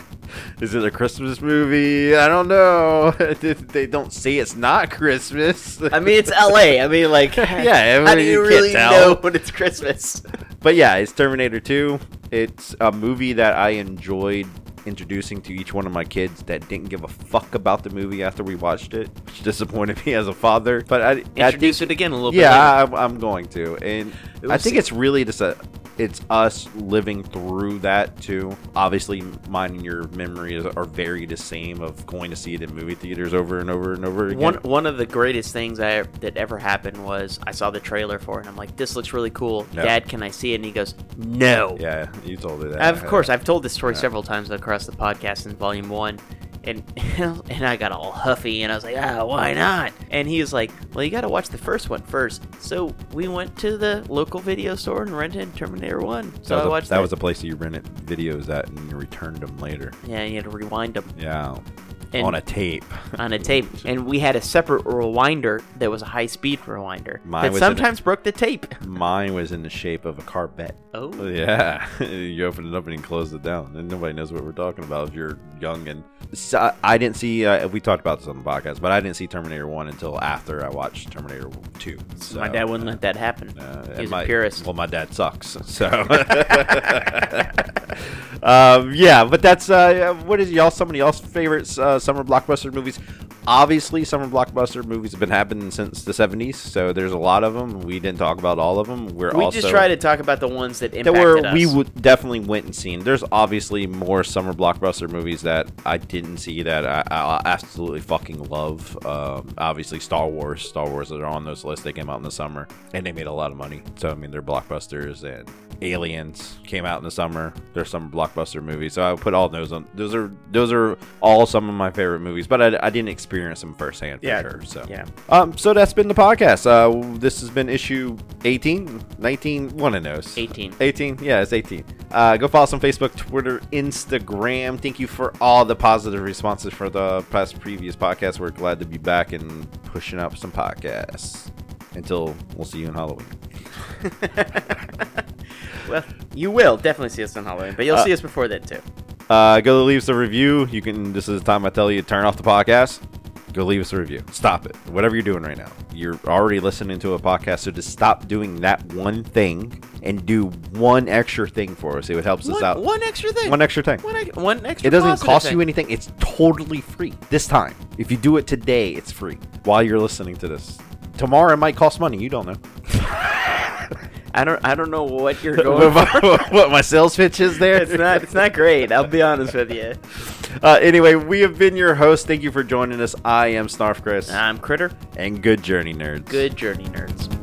Speaker 1: Is it a Christmas movie? I don't know. they don't say it's not Christmas.
Speaker 2: I mean, it's L.A. I mean, like,
Speaker 1: Yeah, I mean,
Speaker 2: how do you,
Speaker 1: you can't
Speaker 2: really
Speaker 1: tell.
Speaker 2: know when it's Christmas?
Speaker 1: But yeah, it's Terminator 2. It's a movie that I enjoyed introducing to each one of my kids that didn't give a fuck about the movie after we watched it, which disappointed me as a father. But I, I think,
Speaker 2: Introduce it again a little bit.
Speaker 1: yeah,
Speaker 2: later.
Speaker 1: I, I'm going to, and
Speaker 2: It
Speaker 1: I
Speaker 2: was-
Speaker 1: think it's really just a, it's us living through that too. Obviously, mine and your memories are very the same of going to see it in movie theaters over and over and over again.
Speaker 2: One one of the greatest things I that ever happened was I saw the trailer for it and I'm like, this looks really cool.
Speaker 1: Yeah.
Speaker 2: Dad, can I see it? And he goes, No.
Speaker 1: yeah, you told me that.
Speaker 2: Of course, I've told this story
Speaker 1: Yeah.
Speaker 2: several times across the podcast in volume one. And, and I got all huffy and I was like, ah, why not? And he was like, well, you got to watch the first one first. So we went to the local video store and rented Terminator 1.
Speaker 1: that
Speaker 2: So
Speaker 1: was,
Speaker 2: I
Speaker 1: a,
Speaker 2: watched
Speaker 1: that was a place that you rented videos at and you returned them later.
Speaker 2: Yeah, you had to rewind them
Speaker 1: Yeah.
Speaker 2: And-
Speaker 1: on a tape.
Speaker 2: on a tape. And we had a separate rewinder that was a high speed rewinder
Speaker 1: Mine
Speaker 2: that
Speaker 1: was in a-
Speaker 2: sometimes broke the tape.
Speaker 1: Mine was in the shape of a carpet.
Speaker 2: Oh.
Speaker 1: Yeah. you open it up and you close it down. And nobody knows what we're talking about if you're young. And so I- I didn't see, uh, we talked about this on the podcast, but I didn't see Terminator 1 until after I watched Terminator 2. So,
Speaker 2: My dad wouldn't let that happen.
Speaker 1: Uh, and
Speaker 2: He's
Speaker 1: my-
Speaker 2: a purist.
Speaker 1: Well, my dad sucks. So, um, yeah, but that's uh, yeah, what is y'all somebody else favorite uh, summer blockbuster movies? Obviously, summer blockbuster movies have been happening since the '70s, so there's a lot of them. We didn't talk about all of them. We're
Speaker 2: we
Speaker 1: also
Speaker 2: just try to talk about the ones that
Speaker 1: that
Speaker 2: impacted
Speaker 1: were
Speaker 2: us.
Speaker 1: we would definitely went and seen. There's obviously more summer blockbuster movies that I didn't see that I, I absolutely fucking love. Um, obviously, Star Wars. Star Wars are on those lists. They came out in the summer and they made a lot of money. So I mean, they're blockbusters and Aliens came out in the summer. They're summer blockbuster movies. So I would put all those on. Those are those are all some of my favorite movies, but I, I didn't experience them firsthand for
Speaker 2: Yeah.
Speaker 1: sure. So
Speaker 2: Yeah.
Speaker 1: Um, so that's been the podcast. Uh, this has been issue 18, 19, one of those.
Speaker 2: 18.
Speaker 1: 18 yeah it's 18 uh, go follow us on facebook twitter instagram thank you for all the positive responses for the past previous podcast we're glad to be back and pushing up some podcasts until we'll see you in halloween
Speaker 2: Well, you will definitely see us on Halloween, but you'll
Speaker 1: Uh,
Speaker 2: see us before then too.
Speaker 1: Uh, go leave us a review. You can. This is the time I tell you to turn off the podcast. Go leave us a review. Stop it. Whatever you're doing right now, you're already listening to a podcast. So just stop doing that one thing and do one extra thing for us. It helps us
Speaker 2: One,
Speaker 1: out.
Speaker 2: one extra thing.
Speaker 1: One extra thing.
Speaker 2: One, ex- one extra.
Speaker 1: It doesn't
Speaker 2: positive
Speaker 1: cost
Speaker 2: thing.
Speaker 1: you anything. It's totally free this time. If you do it today, it's free while you're listening to this. Tomorrow it might cost money. You don't know.
Speaker 2: I don't. I don't know what you're going. for.
Speaker 1: what what my sales pitch is there?
Speaker 2: It's not. It's not great. I'll be honest with you.
Speaker 1: Uh, anyway, we have been your host. Thank you for joining us. I am Snarf Chris.
Speaker 2: I'm Critter.
Speaker 1: and good journey, nerds.
Speaker 2: Good journey, nerds.